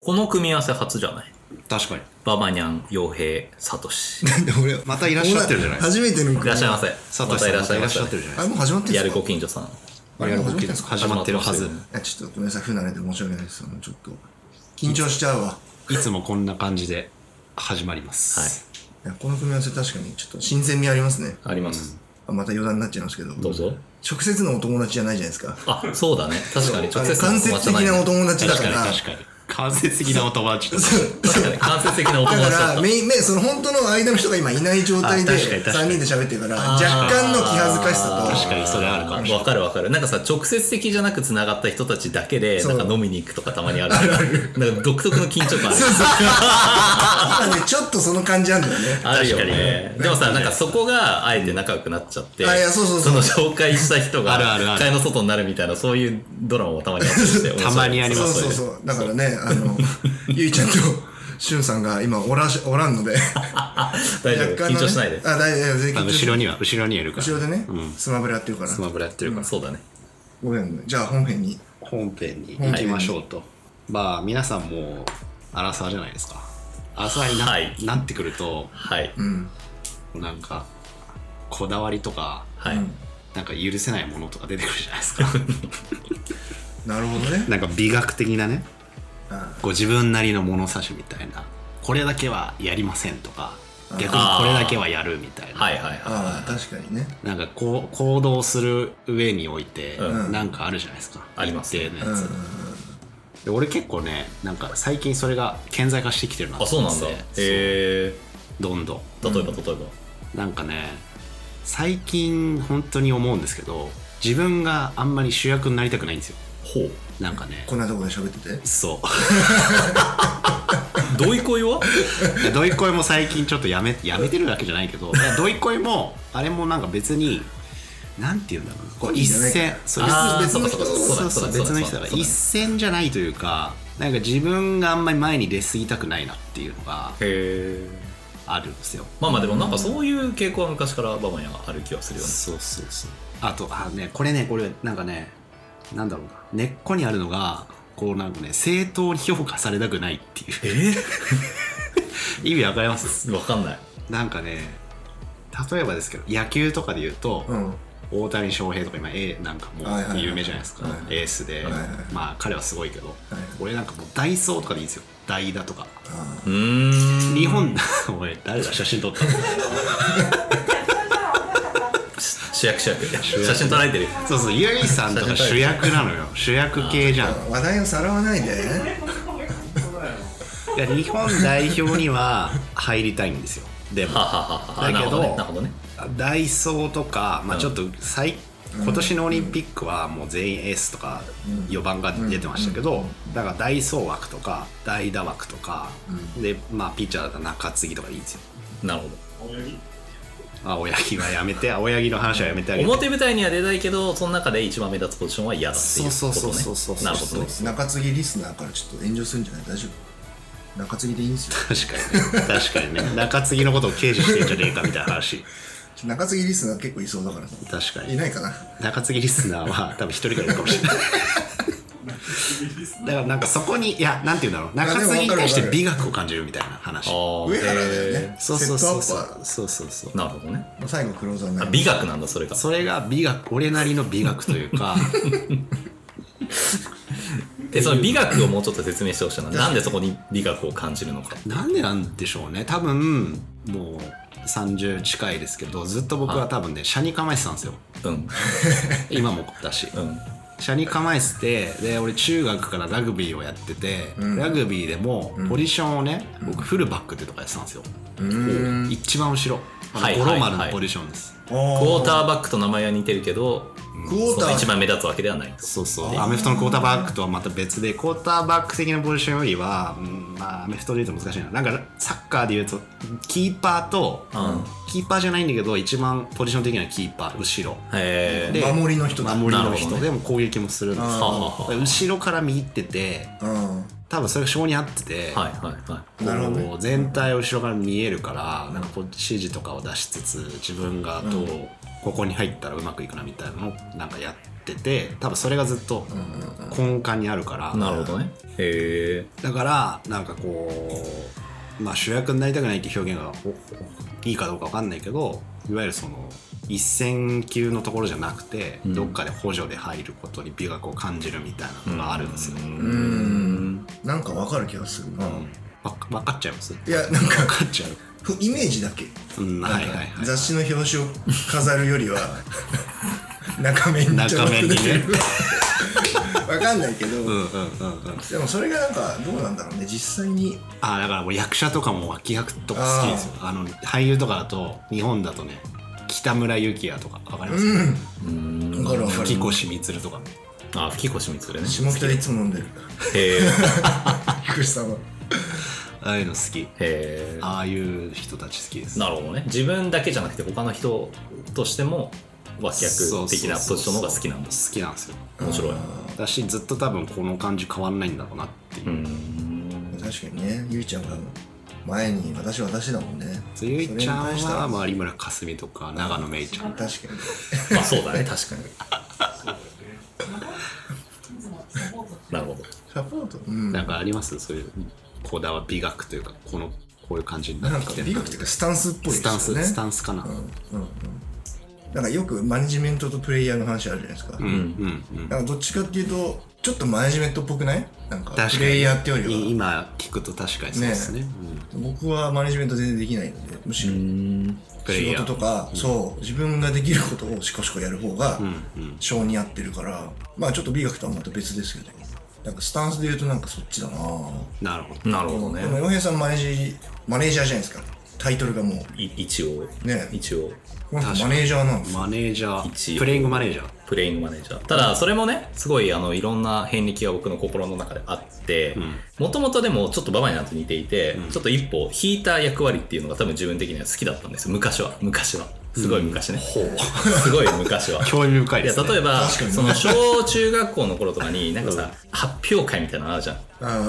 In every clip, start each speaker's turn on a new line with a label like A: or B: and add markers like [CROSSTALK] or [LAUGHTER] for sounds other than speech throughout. A: この組み合わせ初じゃない
B: 確かに。
A: ババニャン、傭兵、サト
C: [LAUGHS]
A: シ。
C: で俺
B: またいらっしゃってるじゃないですか。
C: 初めての
A: いらっしゃいませ。
B: サ
A: ま
B: トシ
A: た
B: さ
A: い
B: ん
A: らっ
B: ま
A: しゃ
B: た
A: い
B: いら
A: ま
B: っしゃって
A: せ
B: るじゃないですか。
C: あれもう始まっ
A: やる
C: てるんですか
A: ご近所さん。
C: あれ
B: や
C: も
B: る
C: う
B: ご
C: 始まっ
B: 近
C: て
B: 所ですす始まってる
C: るんでか
B: はず。
C: いやちょっとごめんなさい不慣れで申し訳ないですあのちょっと緊張しちゃうわ
B: いつもこんな感じで始まります。
A: はい。
C: いやこの組み合わせ確かにちょっと新鮮味ありますね
A: あります。
C: あまた余談になっちゃいますけど
A: どうぞ。
C: 直接のお友達じゃないじゃないですか
A: あ、そうだね。確かに直接の
C: 間接的なお友達だ
B: 確
C: か
B: からに確かに。間接的なお友達とか。
A: 確かに間接的なお友
C: だ
A: 達
C: か
A: だっ
C: ら、めい、めい、その本当の間の人が今いない状態で、
B: あ確かに確か
C: 3
B: に
C: 人で喋ってるから、
A: あ
C: 若
A: ー
C: 干の気恥ずかしさ
B: 確かにそれあるかもしれ
A: た。わかるわかる。なんかさ、直接的じゃなく繋がった人たちだけで、
C: そ
A: な
C: うん
A: か飲みに行くとかたまにある。なんか独特の緊張感ある。
C: と、 [LAUGHS] なんかね、ちょっとその感じあるんだよね。
A: あるよ
B: 確かに
A: ね
B: ね。
A: でもさ、なんかそこがあえて仲良くなっちゃって、
C: うんあいやそうそうそう
A: の紹介した人が、
B: あるあるある
A: 会の外になるみたいな、そういうドラマもたまにあったりして。
B: たまにあり
C: そ
B: ま
C: う
B: す
C: そうそう。だからね、
B: [LAUGHS]
C: あの、ゆいちゃんと、しゅんさんが今おらし、おらんので、
A: 大丈夫。
C: のね
A: 緊張しないで。
C: あ、大丈夫、
B: 多
C: 全然
B: 分
C: 緊張し
B: 後ろには、後ろにはいるから。
C: 後ろでね
B: う、ん。
C: スマブラやってるから
B: ス。マブラやってるから。
A: そうだね。
C: ごめんごめん、じゃあ本編に。
B: 本編に行きましょうと。まあ、皆さんも、アラサーじゃないですか。アラサーにな,、
A: はい
B: なってくると、
A: はい。
C: うん。
B: なんか、こだわりとか、
A: はい。
C: うん
B: なんか許せないものとか出てくるじゃないですか。
C: なるほどね。
B: なんか美学的なね。
C: あ
B: こう自分なりの物差しみたいなこれだけはやりませんとか
C: うん
B: 逆にこれだけはやるみたいな、
A: はいはいは
C: あ、確かにね。
B: なんかこう行動する上において、
A: うん
B: なんかあるじゃないですか
A: あります。
B: 一定のや
C: うんうん
B: つ、
C: うん。
B: で俺結構ねなんか最近それが顕在化してきてるない
A: あ、
B: と
A: そう
B: 思
A: なんだ。
B: て
A: へ
B: そう
A: え。
B: どんどん
A: 例えば例えば。
B: なんかね最近本当に思うんですけど自分があんまり主役になりたくないんですよ
A: ほう。
B: なんかね
C: こんなとこで喋ってて。
B: そう
A: [LAUGHS] どういう恋は
B: いやドイコイも最近ちょっとやめやめてるわけじゃないけどいやドイコイもあれもなんか別になんていうんだろうなこう一線そう一
A: あー
B: 別の
A: そう
B: 人
A: かそうかそう
B: そう
A: だそ
B: そ
A: う
B: う
A: だ
B: 別の
A: そ
B: 人
A: うだ
B: が
A: そうだ
B: 一線じゃないというかなんか自分があんまり前に出過ぎたくないなっていうのが
A: へえ。
B: あるんですよ
A: まあまあでもなんかそういう傾向は昔からババニャがある気はするよね。
B: そうそうそうあとあねこれねこれなんかねなんだろうな根っこにあるのがこうなんかね正当に評価されたくないってい
A: え
B: う [LAUGHS] 意味わかります
A: わかんない。
B: なんかね例えばですけど野球とかで言うと、
C: うん。うん。
B: 大谷翔平とか今 A なんかも
C: はいはいは
B: う
C: い
B: 有名じゃないですか
C: はいはい
B: エースで、
C: はいはい
B: まあ彼はすごいけど、
C: い
B: 俺なんかもうダイソーとかでいいんですよ代打とか
C: あ
A: うーん。
B: 日本 [LAUGHS] 俺誰だ写真撮ったの [LAUGHS]
A: 主役主役。写真撮られてる。
B: そうそうゆいさんとか主役なのよ主役系じゃん
C: ー話題をさらわないで。
B: いや日本代表には入りたいんですよでも
A: はははは。あ
B: だけど
A: なるほどね。
B: ダイソーとか、まあ、
A: うん
B: ちょっと最、今年のオリンピックはもう全員エースとか
C: うん
B: 4番が出てましたけど、だからダイソー枠とか代打枠とか、で、まあ、ピッチャーだったら中継ぎとかでいいんですよ。
A: なるほど。
B: 青柳はやめ
C: [LAUGHS]
B: て青柳の話はやめてあげて。
A: 表舞台には出たいけど、その中で一番目立つポジションは嫌だっていうことね。
B: そうそうそうそうそう
A: なるほどね。
C: 中継ぎリスナーからちょっと炎上するんじゃない大丈夫中継ぎでいいんですよ。
B: 確かにね確かにね中継ぎのことを軽視してんじゃねえかみたいな話
C: 中継ぎリスナー結構いそうだからさ。
B: 確か
C: い
B: に
C: ないかな。
B: 中継ぎリスナーは多分一人ぐらいいるかもしれないだからなんかそこにいやなんて言うんだろう中継ぎに対して美学を感じるみたいな話
A: ああ。
C: 上原だよね。
B: そうそうそう
C: セ
B: そ
C: ットアッ
B: うそうそうそう
A: へーなるほどね。
C: プは最後クローザーにな
A: あ
C: る。
A: 美学なんだ、それが。
B: それが美学俺なりの美学というか
A: えその美学をもうちょっと説明してほしいな。なんでそこに美学を感じるのか。
B: なんでなんでしょうね多分もう30近いですけどずっと僕は多分ね車に構えてたんですよ [LAUGHS]
A: うん。
B: 今もだし
A: うん。
B: 車に構えててで俺中学からラグビーをやってて、ラグビーでもポジションをね、僕フルバックってとかやってたんですよ、一番後ろあの
A: はい
B: 五郎丸
A: はいは
B: の
A: い
B: ポジションです、
A: クォータ
C: ー。
A: ーバックと名前は似てるけど、
C: クォー
A: そ
C: タ
A: の一
C: ー
A: 番目立つわけではないと。
B: そうそうアメフトのクォーターバックとはまた別でクォーターバック的なポジションよりは、うんまあ、アメフトで言うと難しいななんかサッカーで言うとキーパーと、
A: うん
B: キーパーじゃないんだけど一番ポジション的にはキーパー後ろ
A: へ
B: で
A: え。
C: 守りの人だ
B: 守り
A: な
B: の
A: るほ
B: 人、
A: どね
B: でも攻撃もするんです
C: あ
A: は
C: ー
B: よ
A: あはあは
B: 後ろから右ってて
C: うん
B: 多分それが性に合ってて、
A: あはいはいはい。
C: なるほど
B: こう全体を後ろから見えるからなんかこう指示とかを出しつつ自分がどう、ここに入ったらうまくいくなみたいなのをなんかやってて多分それがずっと根幹にあるから、
A: なるほどね。へ
B: だからなんかこう、まあ、主役になりたくないって表現がおおいいかどうかわかんないけどいわゆるその一線級のところじゃなくて、
A: うん
B: どっかで補助で入ることに美学を感じるみたいなのがあるんですよ。
A: う
C: うんんなんかわかる気がするな、
B: わかわかっちゃいます
C: いやなんか
B: わかっちゃう。
C: ふイメージだけ
B: うん、
C: なん
B: はい
C: か
B: はいはい。
C: 雑誌の表紙を飾るより
B: [LAUGHS]
C: は中面に
B: 中面にね。
C: [LAUGHS] わかんないけど、
B: うんうんうんうん。
C: でもそれがなんかどうなんだろうね実際に
B: ああだからもう役者とかも脇役とか好きですよあの俳優とかだと日本だとね北村幸也とかわかります、
C: うん
A: うん。
C: わかるわか
B: 吹
C: る
B: 越光とか
A: あ、吹越光ね。
C: 下北でいつも飲んでる
A: へえ。
C: 菊池さんは
B: ああいうの好き
A: へ
B: ああいう人たち好きです
A: え。なるほどね。自分だけじゃなくて他の人としても脇
B: そう
A: 役的なポジションの方が好きなんだ。
B: 好きなんですよ
A: 面白い。
B: だしずっと多分この感じ変わんないんだろうなっていうう、
A: ん。
C: 確かにねゆいちゃんが前に私私だもんね
B: つゆいちゃん
C: それに対して
B: はまあ有村架純とか長野めいちゃん
C: 確かに
A: まあそうだね。確かに。なるほど。
C: サポートうん
B: なんかありますそういうこだわ美学というかこのこういう感じにな
C: な
B: っ
C: ん
B: て
C: か
B: きて
C: 美学というかスタンスっぽい
B: スタンス、
C: ね
B: スタンスかな、うん
C: うんうんなんかよくマネジメントとプレイヤーの話あるじゃないですか、
B: うんうん、
C: なんかどっちかっていうとちょっとマネジメントっぽくないなんか
B: 確かに
C: プレイヤーってよ
B: い
C: りは
B: 今聞くと確かにそうですねうん
C: 僕はマネジメント全然できないのでむしろ
A: うん。
B: プレイ
C: 仕
B: ヤー
C: 事とか、そう自分ができることをシコシコやる方が性に合ってるから、まあちょっと美学とはまた別ですけどなんかスタンスで言うとなんかそっちだな
B: なるほど
A: なるほど
C: でも
A: ね。
C: 洋平さんマネージマネージャーじゃないですかタイトルがもう
A: い一応。
C: ね
A: 一応。
C: この人マネージャーなんですよ
B: マネージャ
A: 一
B: ー
A: 応
B: プレイングマネージャー
A: プレイングマネージャーただそれもねすごいあのいろんな遍歴が僕の心の中であってもともとでもちょっとババになって似ていて、ちょっと一歩引いた役割っていうのが多分自分的には好きだったんですよ昔は昔はすごい昔ね、すごい昔は
B: [LAUGHS] 興味深い
A: い
B: で
A: や
B: す、ね、
A: 例えば
C: 確かに
A: その小中学校の頃とかになんかさ、発表会みたいなのあるじゃん、
C: うん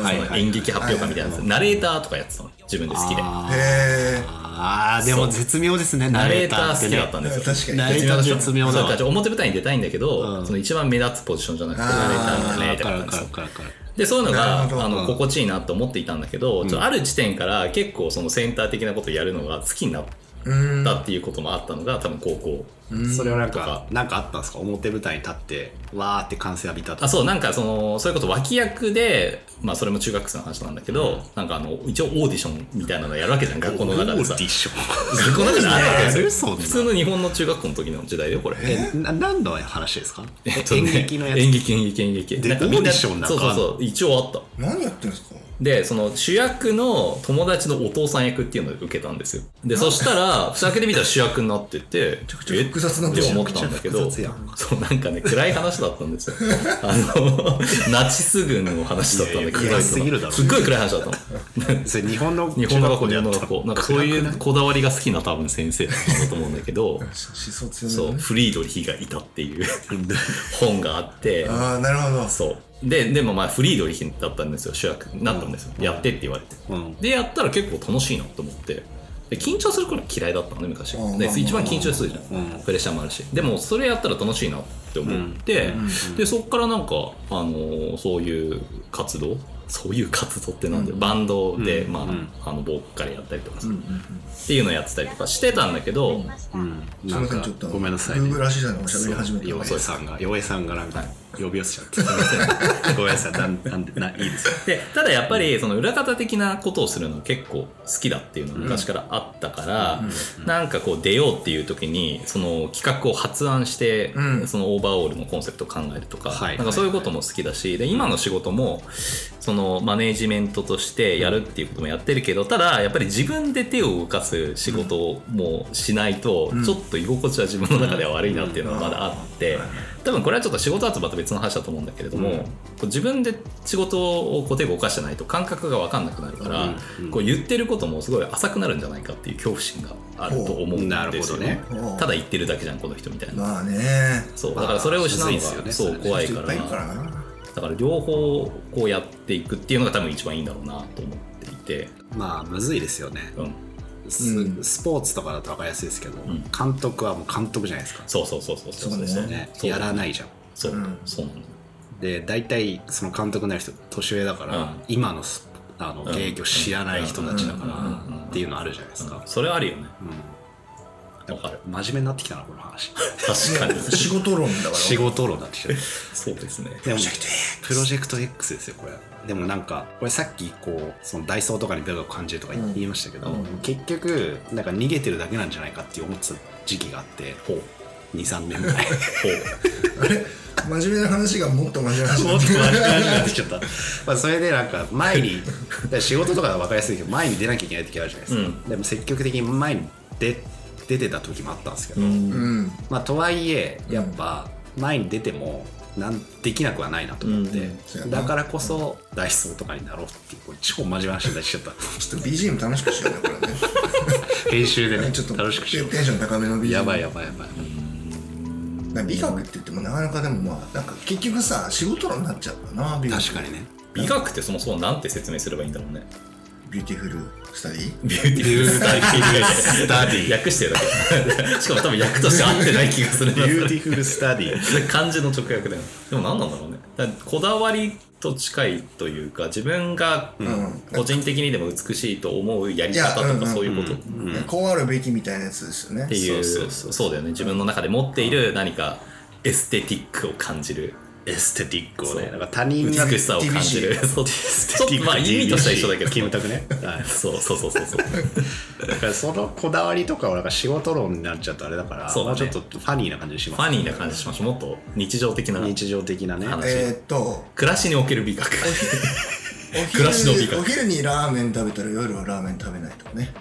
B: はい
A: その演劇発表会みたいなやつ、ナレーターとかやってたの自分で好きで
B: あー
C: へえ
B: あーでも絶妙ですねナ
A: ナ
B: レ
A: レ
B: ー
A: ー
B: タ
A: タ
B: ー
A: ー
B: っ
A: 好
B: て
A: き
B: ね
A: だったんですよ、
C: 確かに
B: ナレーター絶妙だ
A: そう
B: わ
A: かじゃあ表舞台に出たいんだけど、
B: うん
A: その一番目立つポジションじゃなくてナレーターみたいな
B: あ
A: ね
B: ー
A: って
B: か
A: 感
B: ら
A: じで
B: か
A: す
B: ら
A: よ
B: からから
A: でそういうの
C: な
A: が
C: るほど
A: あ
C: うん
A: の心地いいなと思っていたんだけど、ちょっとある時点から結構そのセンター的なことをやるのが好きになっ
C: うん
A: たっていうこともあったのが多分高校、
B: それはなんか
A: か
B: なんかあったんですか表舞台に立ってわーって歓声浴びた
A: あ
B: とか
A: そうなんかそのそういうこと脇役で、まあ、それも中学生の話なんだけど、なんかあの一応オーディションみたいなのやるわけじゃん学校の中でさ
B: オーディショ
A: 学校の中であるわけ
B: ンやる
A: です
B: そ
A: よ
B: んな
A: 普通の日本の中学校の時の時代だよこれ。
B: え
A: [LAUGHS]
B: な何の話ですか、
A: えっとね
B: 演劇のやつ
A: 演劇演劇演劇
B: で
A: なんかみんな
B: オーディションなんか
A: そうそうそう一応あった
C: 何やってんですか
A: でその主役の友達のお父さん役っていうのを受けたんですよでそしたらふざけてみたら主役になってて
C: ちゃくちゃ複雑な
A: えって思ったんだけど
B: めちゃくちゃ複
A: そうなんかね暗い話だったんですよあのナチス軍の話だったんだけど
B: いやいや暗すぎるだろ
A: すっごい暗い話だったの
B: それ日本の
A: 日本の学校
B: 中
A: 日
B: や
A: 本の
B: った
A: 学校なんかそういうこだわりが好きな多分先生だったんだと思うんだけ
B: [LAUGHS]
A: ど
C: 思想強め
A: そうフリードリヒがいたっていう本があって
C: ああなるほど
A: そうででもまあフリードリヒだったんですよ主役になったんですよ、やってって言われて、
B: うん
A: でやったら結構楽しいなと思ってで緊張する頃は嫌いだったのね昔、
C: うん
A: で
C: うん
A: 一番緊張するじゃん、プレッシャーもあるしでもそれやったら楽しいなって思って、でそっからなんか、あのーそういう活動そういう活動ってなんだよ、バンドで、まああのボーカルやったりとかさ、っていうのやってたりとかしてたんだけど、
B: うん
C: す
B: ないん
C: ません
B: か
C: ちょっと
B: ごめんなさいね
C: Google アシスタントが喋り始めた
B: 洋
C: ので
B: 平さんが洋平さんがなんか呼び寄せちゃって、ごめんなさいなんなんでないいですよ
A: でただやっぱりその裏方的なことをするの結構好きだっていうのが昔からあったから、なんかこう出ようっていう時にその企画を発案して、
C: うん
A: そのオーバーオールのコンセプトを考えるとか,、
B: はい
A: なんかそういうことも好きだしで今の仕事もそのマネージメントとしてやるっていうこともやってるけどただやっぱり自分で手を動かす仕事をもうしないとちょっと居心地は自分の中では悪いなっていうのがまだあって多分これはちょっと仕事だとまた別の話だと思うんだけれども、こう自分で仕事をこう手を動かしてないと感覚が分かんなくなるから、こう言ってることもすごい浅くなるんじゃないかっていう恐怖心があると思うん
B: なる
A: で
B: ほ
A: す
B: ど
A: よ
B: ね
A: ね。ただ言ってるだけじゃんこの人みたいな。
C: まあね
A: そうだからそれを失うの
B: まあむずい
A: が
B: っすよ
A: そ
B: ね
A: う怖い
C: 人
A: か
C: っぱ
A: ら
C: いいるからな
A: だから両方こうやっていくっていうのが多分一番いいんだろうなと思っていて、
B: まあむずいですよね、
A: うん、
B: ス
C: うん
B: スポーツとかだと分かりやすいですけど、
A: ん
B: 監督はもう監督じゃないですか、
A: そうそうそうそうそう
C: そうね
B: ね、
A: そう
B: やらないじゃん
A: そう、
C: うん
A: そうなんだよ
B: で大体その監督になる人年上だから、
A: うん
B: 今のスあの
A: ん
B: 現役を知らない人たちだか
C: うん
A: うんうん
B: らっていうのあるじゃないですか、
A: それはあるよね
B: うん
A: わかる
B: 真面目になってきたなこの話
A: 確かに
C: 仕事論だから
B: 仕事論になってきた
A: そうですね
B: でも
C: プロジェクト X
B: プロジェクト X ですよこれでもなんかこれさっきこうそのダイソーとかにベロを感じるとか言
C: うん
B: 言いましたけど、
C: うん
B: 結局なんか逃げてるだけなんじゃないかって思ってた時期があって23年ぐらい
A: ほう
C: あれ真面目な話がもっと真面目な話
B: もっと真面目な話になってきちゃったまあそれでなんか前にだから仕事とかは分かりやすいけど前に出なきゃいけない時あるじゃないですか、でも積極的に前に出出てた時もあったんですけど、
C: うん
B: まあ、とはいえやっぱ前に出てもなんできなくはないなと思って、
A: うん
C: そうやな
B: だからこそダイソーとかになろうっていうこれ超真面目な話になっちゃった [LAUGHS]
C: ちょっと BGM 楽しくしようねこれね
B: 編
A: [LAUGHS]
B: 集でね
C: ちょっ
B: [LAUGHS]
C: と
B: 楽しくしよう
C: テンション高めの BGM
B: やばいやばいやばい、
C: なんか美学って言ってもなかなかでもまあなんか結局さ仕事論になっちゃったな美学
B: 確かにね
A: 美学ってそもそもなんて説明すればいいんだろうね
C: ビューティフルスタディ
A: ビューティフルスタディスタデ [LAUGHS] ィ訳してるだけしかも多分訳として合ってない気がするな
B: ビューティフルスタディ
A: 漢字の直訳だよでも何なんだろうねだからこだわりと近いというか自分が
C: ん
A: 個人的にでも美しいと思うやり方
C: いやう
A: と
C: んう
A: か
C: ん
A: そういうことっ
C: ねこうあるべきみたいなやつですよね
A: ていう
B: そうそうそう
A: そうだよね自分の中で持っている何かエステティックを感じる
B: エステティックを
A: そ
B: ね
A: う
B: なんか他人
A: 美
B: が
A: しさを感じるそうちょっとまあ意味としては一緒だけど
B: キムタ
A: [LAUGHS]
B: クね、はい、
A: そうそうそうそうそう
B: だからそのこだわりとかはなんか仕事論になっちゃうとあれだから
A: そうだ
B: まあ、
A: ね
B: ちょっとファニーな感じにしま
A: フ
B: す
A: ァニーな感じしましたもっと日常的な
B: 日常的なね
A: 話
C: えーっと
A: 暮らしにおける美
B: [LAUGHS]
A: 学
C: お
A: 暮らしの美
C: 昼
A: 学
C: お昼にラーメン食べたら夜はラーメン食べないとかね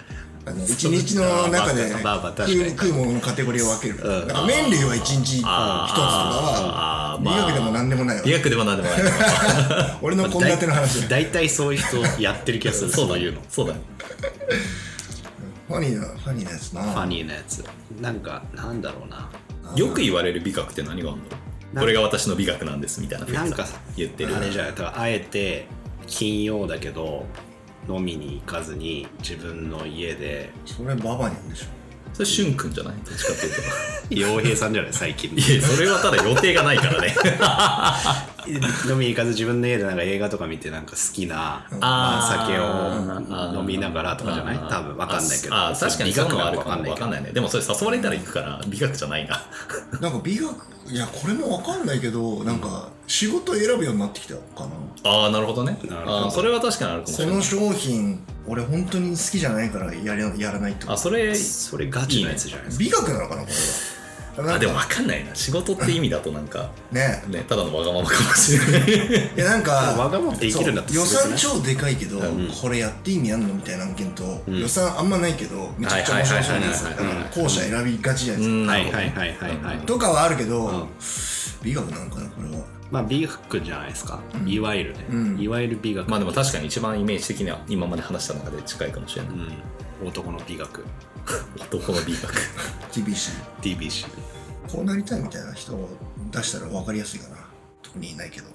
C: あの一日の中で
B: まあまあまあ確か
C: 食
B: に
C: う食うもののカテゴリーを分ける
B: うん
C: なんか麺類は一日一つとか
A: あーあー
C: は美
A: まあ
C: 学でも何でもないわ
A: 美学でもなんでもない
C: 俺の献立の話だよ
B: 大体そういう人やってる気がするそういうの
A: [LAUGHS] そうだね
C: ファニーなファニーなやつな
B: ファニーなやつなんかなんだろうな
A: よく言われる美学って何があるのこれが私の美学なんですみたいなふう
B: なん
A: に
B: か
A: さ
B: さ
A: 言ってる
B: あれじゃないだからあえて金曜だけど飲みに行かずに自分の家で
C: それババニャンでしょ
A: それしゅんくんじゃないどっちかっていうと
B: 洋平さんじゃない最近
A: いやそれはただ予定がないから
B: [LAUGHS]
A: ね
B: 飲みに行かず自分の家でなんか映画とか見てなんか好きな
A: あー
B: 酒を飲みながらとかじゃない多分わかんないけど
A: ああ確かにそういうのはあるか
B: わかん
A: も
B: ない
A: わ
B: け
A: か
B: ど
A: んないねでもそれ誘われたら行くから美学じゃない
B: [LAUGHS]
A: な
C: なんか美学いやこれもわかんないけどなんか仕事選ぶようになってきたかな
A: ああなるほどね
B: なるほど
A: あーそれは確かにあるかもし
C: そ
A: れな
C: の
A: い
C: 商品俺本当に好きじゃないからやれやらないってこ
A: あ
C: と
A: それ
B: それガチなやつじゃないですか
C: 美学なのかなこれは
A: あ
C: なん
A: でも
C: か
A: 分かんないな仕事って意味だとなんか
C: ね
A: ねただのわがままかもしれない
C: いやなんか
B: わがままって生きるんだって
C: そう予
B: すごい
C: 算
B: ですね
C: 超でかいけど、
A: うん
C: これやって意味あんのみたいな案件と、
B: ん
C: 予算あんまないけどめちゃくちゃ面白そうなやつ
A: は
C: だ
A: い
C: か
A: はいはいはい
C: ら後者選びがちじゃないうです
A: ん
B: はいはいはいはいはい
C: か、とかはあるけど、
B: うん
C: 美学なのかなこれは
B: まあビーフックじゃないですか、いわゆるね、
C: うん
B: いわゆる美学、
A: まあでも確かに一番イメージ的には今まで話した中で近いかもしれない
B: うん、男の美学
A: 男の美学
C: 厳しい
B: DBC
C: こうなりたいみたいな人を出したら分かりやすいかな特にいないけど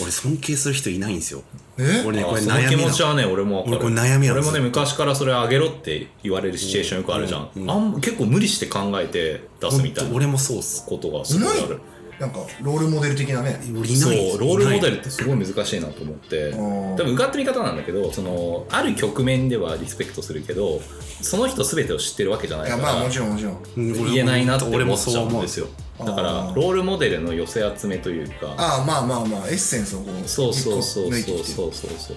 B: 俺尊敬する人いないんですよ
C: え
B: 俺ねこれ
A: あ
B: 悩
A: その
B: み
A: 気
B: な
A: 持
B: の
A: ちはね俺もわかる
B: 俺これ悩みなの
A: 俺もね昔からそれあげろって言われるシチュエーションよくあるじゃん,、あん結構無理して考えて出すみたい
B: ほん
A: な
B: と俺もそうっす
A: ことがすごいある
C: なんかロールモデル的なね
B: 俺い
A: そ
B: ないんです
A: うロールモデ
B: ル
A: ルってすごい難しいなと思って
C: ん
A: 多分受かってみ方なんだけどそのある局面ではリスペクトするけどその人全てを知ってるわけじゃないい
C: や
A: から
C: まあもちろんもちろん
A: 言えないなって
B: 俺
A: 思
B: も
A: っ
B: そ
A: ち
B: う
A: ゃうん
B: 思う
A: ですよ
C: あ
A: だから
C: ー
A: ロールモデルの寄せ集めというか
C: ああまあまあまあエッセンスをこう
A: そうそうそう
C: 一個抜いて
A: そう
C: き
A: そ
C: て
A: うそうそう
C: そ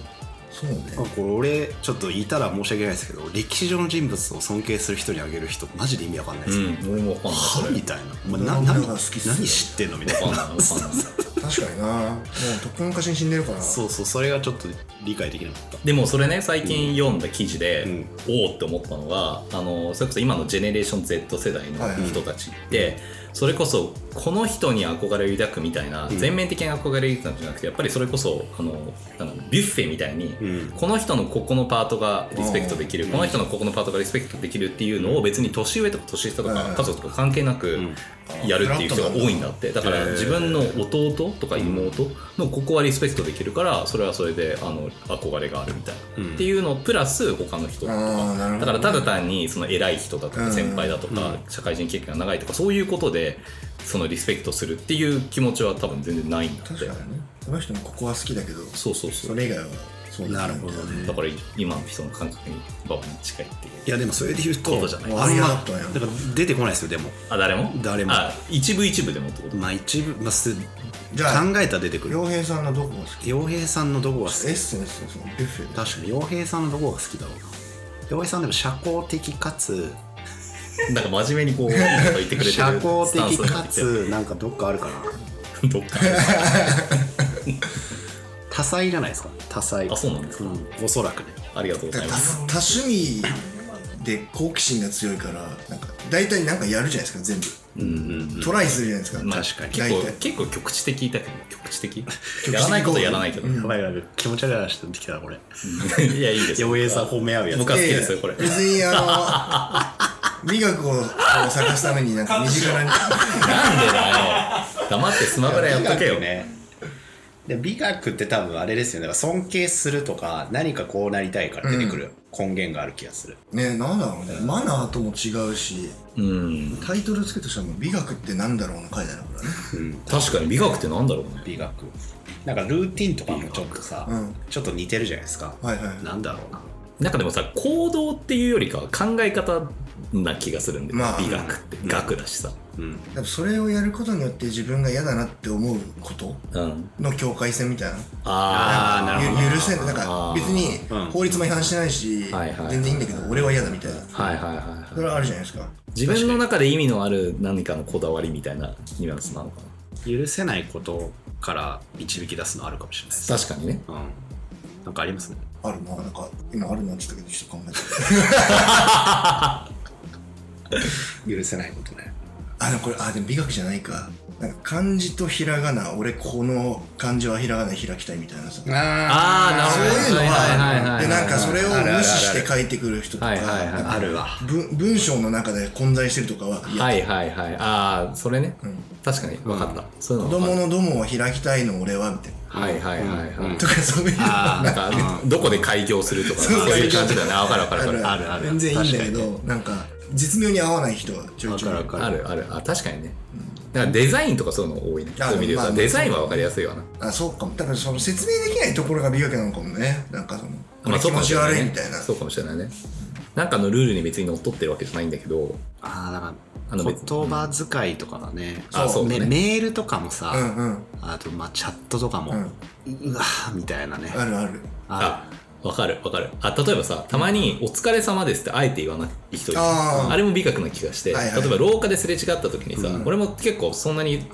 C: うね
B: あこれ俺ちょっと言いたら申し訳ないですけど歴史上の人物を尊敬する人にあげる人マジで意味わかんないで
A: う
B: すよ、
A: ん俺もわかんないそ
B: は
A: れ
B: みたいな、まあ、な
C: 俺
B: 何
C: もなんか好きっすね
B: 何知ってんのみたい
A: わか
B: なん
A: ないわかんない
C: 確かになもうとっくの昔に死んでるから
B: そうそうそれがちょっと理解できなかった
A: でもそれね最近読んだ記事で、
B: うん
A: おおって思ったのがあのそれこそ今のジェネレーション Z 世代の人たちって、それこそこの人に憧れを抱くみたいな、
B: ん
A: 全面的な憧れを抱くんじゃなくてやっぱりそれこそあのなんだビュッフェみたいに、
B: うん
A: この人のここのパートがリスペクトできるこの人のここのパートがリスペクトできるっていうのを別に年上とか年下とか
C: うん
A: 家族とか関係なく
B: ん
A: やるっていう人が多いんだってだから
B: へー
A: 自分の弟とか妹のここはリスペクトできるからそれはそれであの憧れがあるみたいな、
B: うん
A: っていうのプラス他の人と
C: あ
A: か
C: ーなるほ
A: だ
C: ど
A: からただ単にその偉い人だと
C: う
A: か
C: ん
A: 先輩だとか社会人経験が長いとかそういうことでそのリスペクトするっていう気持ちは多分全然ないんだって
C: 確かにねその人もここは好きだけど
A: そうそうそう
C: それ以外はそう
B: な
C: だね
B: るほどね
A: だから今の人の感覚にババに近いっていう
B: いやでもそれで言うと
A: ことじゃない
B: あん
C: ワイヤ
B: ま
C: ーだったんや
B: だから出てこないですよでも
A: あ誰も
B: 誰も
A: あ一部一部でも
B: [LAUGHS]
A: ってこと
B: まあ一部、まあ、す考
C: じゃあ
B: えたら出てくる
C: 洋平さんのどこが好き
B: 洋平さんのどこが好き
C: エッセンスそのビュッフェで
B: 確かに洋平さんのどこが好きだろうな洋平さんでも社交的かつ
A: なんか真面目にこういいこと言ってくれてる
B: 社交
A: スタンスに
B: 的
A: な
B: か
A: ってき
B: つなんかどっかあるかな
A: てどっか
B: 多彩じゃないですか多彩
A: あそうなんですか
B: おそらくね
A: ありがとうご
C: だ
A: ざ
C: か
A: い
C: ら
A: ま
C: 多
A: す
C: 多趣味で好奇心が強いからなんか大体なんかやるじゃないですか全部トライするじゃないですか、
A: まあ
B: 確かに
A: 結構結構局地的だけど [LAUGHS] 局地的やらないことやらないけど、
C: うん
B: やばいやばい気持ち悪い話出てきたなこ
A: [LAUGHS]
B: れ
A: いやいいです
B: 洋平さん褒め合うやつ
A: 僕は好きですよこれ
C: 別にあの美学をこう探すためになんか身近なに
A: なんでだよ黙ってスマブラやっとけ [LAUGHS] よ
B: ねで美学って多分あれですよねだから尊敬するとか何かこうなりたいから出てくる、根源がある気がする
C: ねなんだろうねマナーとも違うし
A: うん
C: タイトルつけとしても美学ってなんだろうの回だなこれね
A: 確かに美学ってなんだろうね
B: 美学なんかルーティンとかもちょっとさ、
C: うん
B: ちょっと似てるじゃないですか、
C: はいはい
B: なんだろうな
A: なんかでもさ行動っていうよりかは考え方な気がするんで、
C: まあ
A: 美学って、学だしさ、
B: うん
C: でもそれをやることによって自分が嫌だなって思うこと
A: うん、
C: の境界線みたいな
A: ああなるほど
C: ゆ許せんなんか
A: あー
C: 別に
B: うん
C: 法律も違反してないし
A: はいはい
C: 全然いいんだけど俺は嫌だみたいな
A: はいはいはいはい
C: それはあるじゃないですか
A: 自分の中で意味のある何かのこだわりみたいなニュアンスなのか
B: 許せないことから導き出すのあるかもしれないです、
A: な確かにね
B: うん、なんかありますね
C: あるななんか今あるなって言ったけどちょっと考えて
B: 許せないことね
C: [LAUGHS] あでもこれあでも美学じゃないかなんか漢字とひらがな俺この漢字はひらがなで開きたいみたいなさ
A: あ
B: あ
A: あ
C: そう
A: なるほど
C: いうの
A: はいはいはいは
C: はいでなんかそれを
B: あるあるある
C: 無視して書いてくる人とか
A: はいはいはい
C: なんか
B: あるわ
C: 文文章の中で混在してるとかは嫌
A: はいはいはいああそれね、
C: ん
A: 確かに分かった、そういう
C: 子
A: の分か
C: 供
A: る
C: のどもを開きたいの俺はみたいな
A: はいはいはいはい、
B: うん
C: とかそういうの
B: あー
A: なんかどこで開業するとか
C: そう
A: そ
C: そ
A: う
C: う
A: いう感じだよね分かる分かる分か
B: あ
A: る
B: るある
C: 全然いいんだけど、なんか絶妙に合わない人はちょい
B: わ
C: ち
B: か
C: ょい
B: るわかる
A: あるあるあ確かにねだからデザインとかそういうの多いね
C: あ
A: そういう意味で言う
C: まあ
A: とデザインは分かりやすいわな
C: あそうかもだからその説明できないところが美学なのかもねなんかその、
A: まあ
C: 気持ち悪いみたいな
A: そうかもしれないねなんかのルールに別にのっとってるわけじゃないんだけど
B: あーなんか
A: あの
B: 言葉遣いとかだね、
A: うんあそうね
B: ねメールとかもさ、
C: うんうん
B: あとまあチャットとかも、
C: う
B: うんわーみたいなね
C: あるある
A: あ
B: あ
A: わかるわかるあ例えばさたまに「お疲れ様です」ってあえて言わない人いる
C: あー
A: あれも美学な気がして、
C: はいはい
A: 例えば廊下ですれ違った時にさ、
C: うん
A: 俺も結構そんなに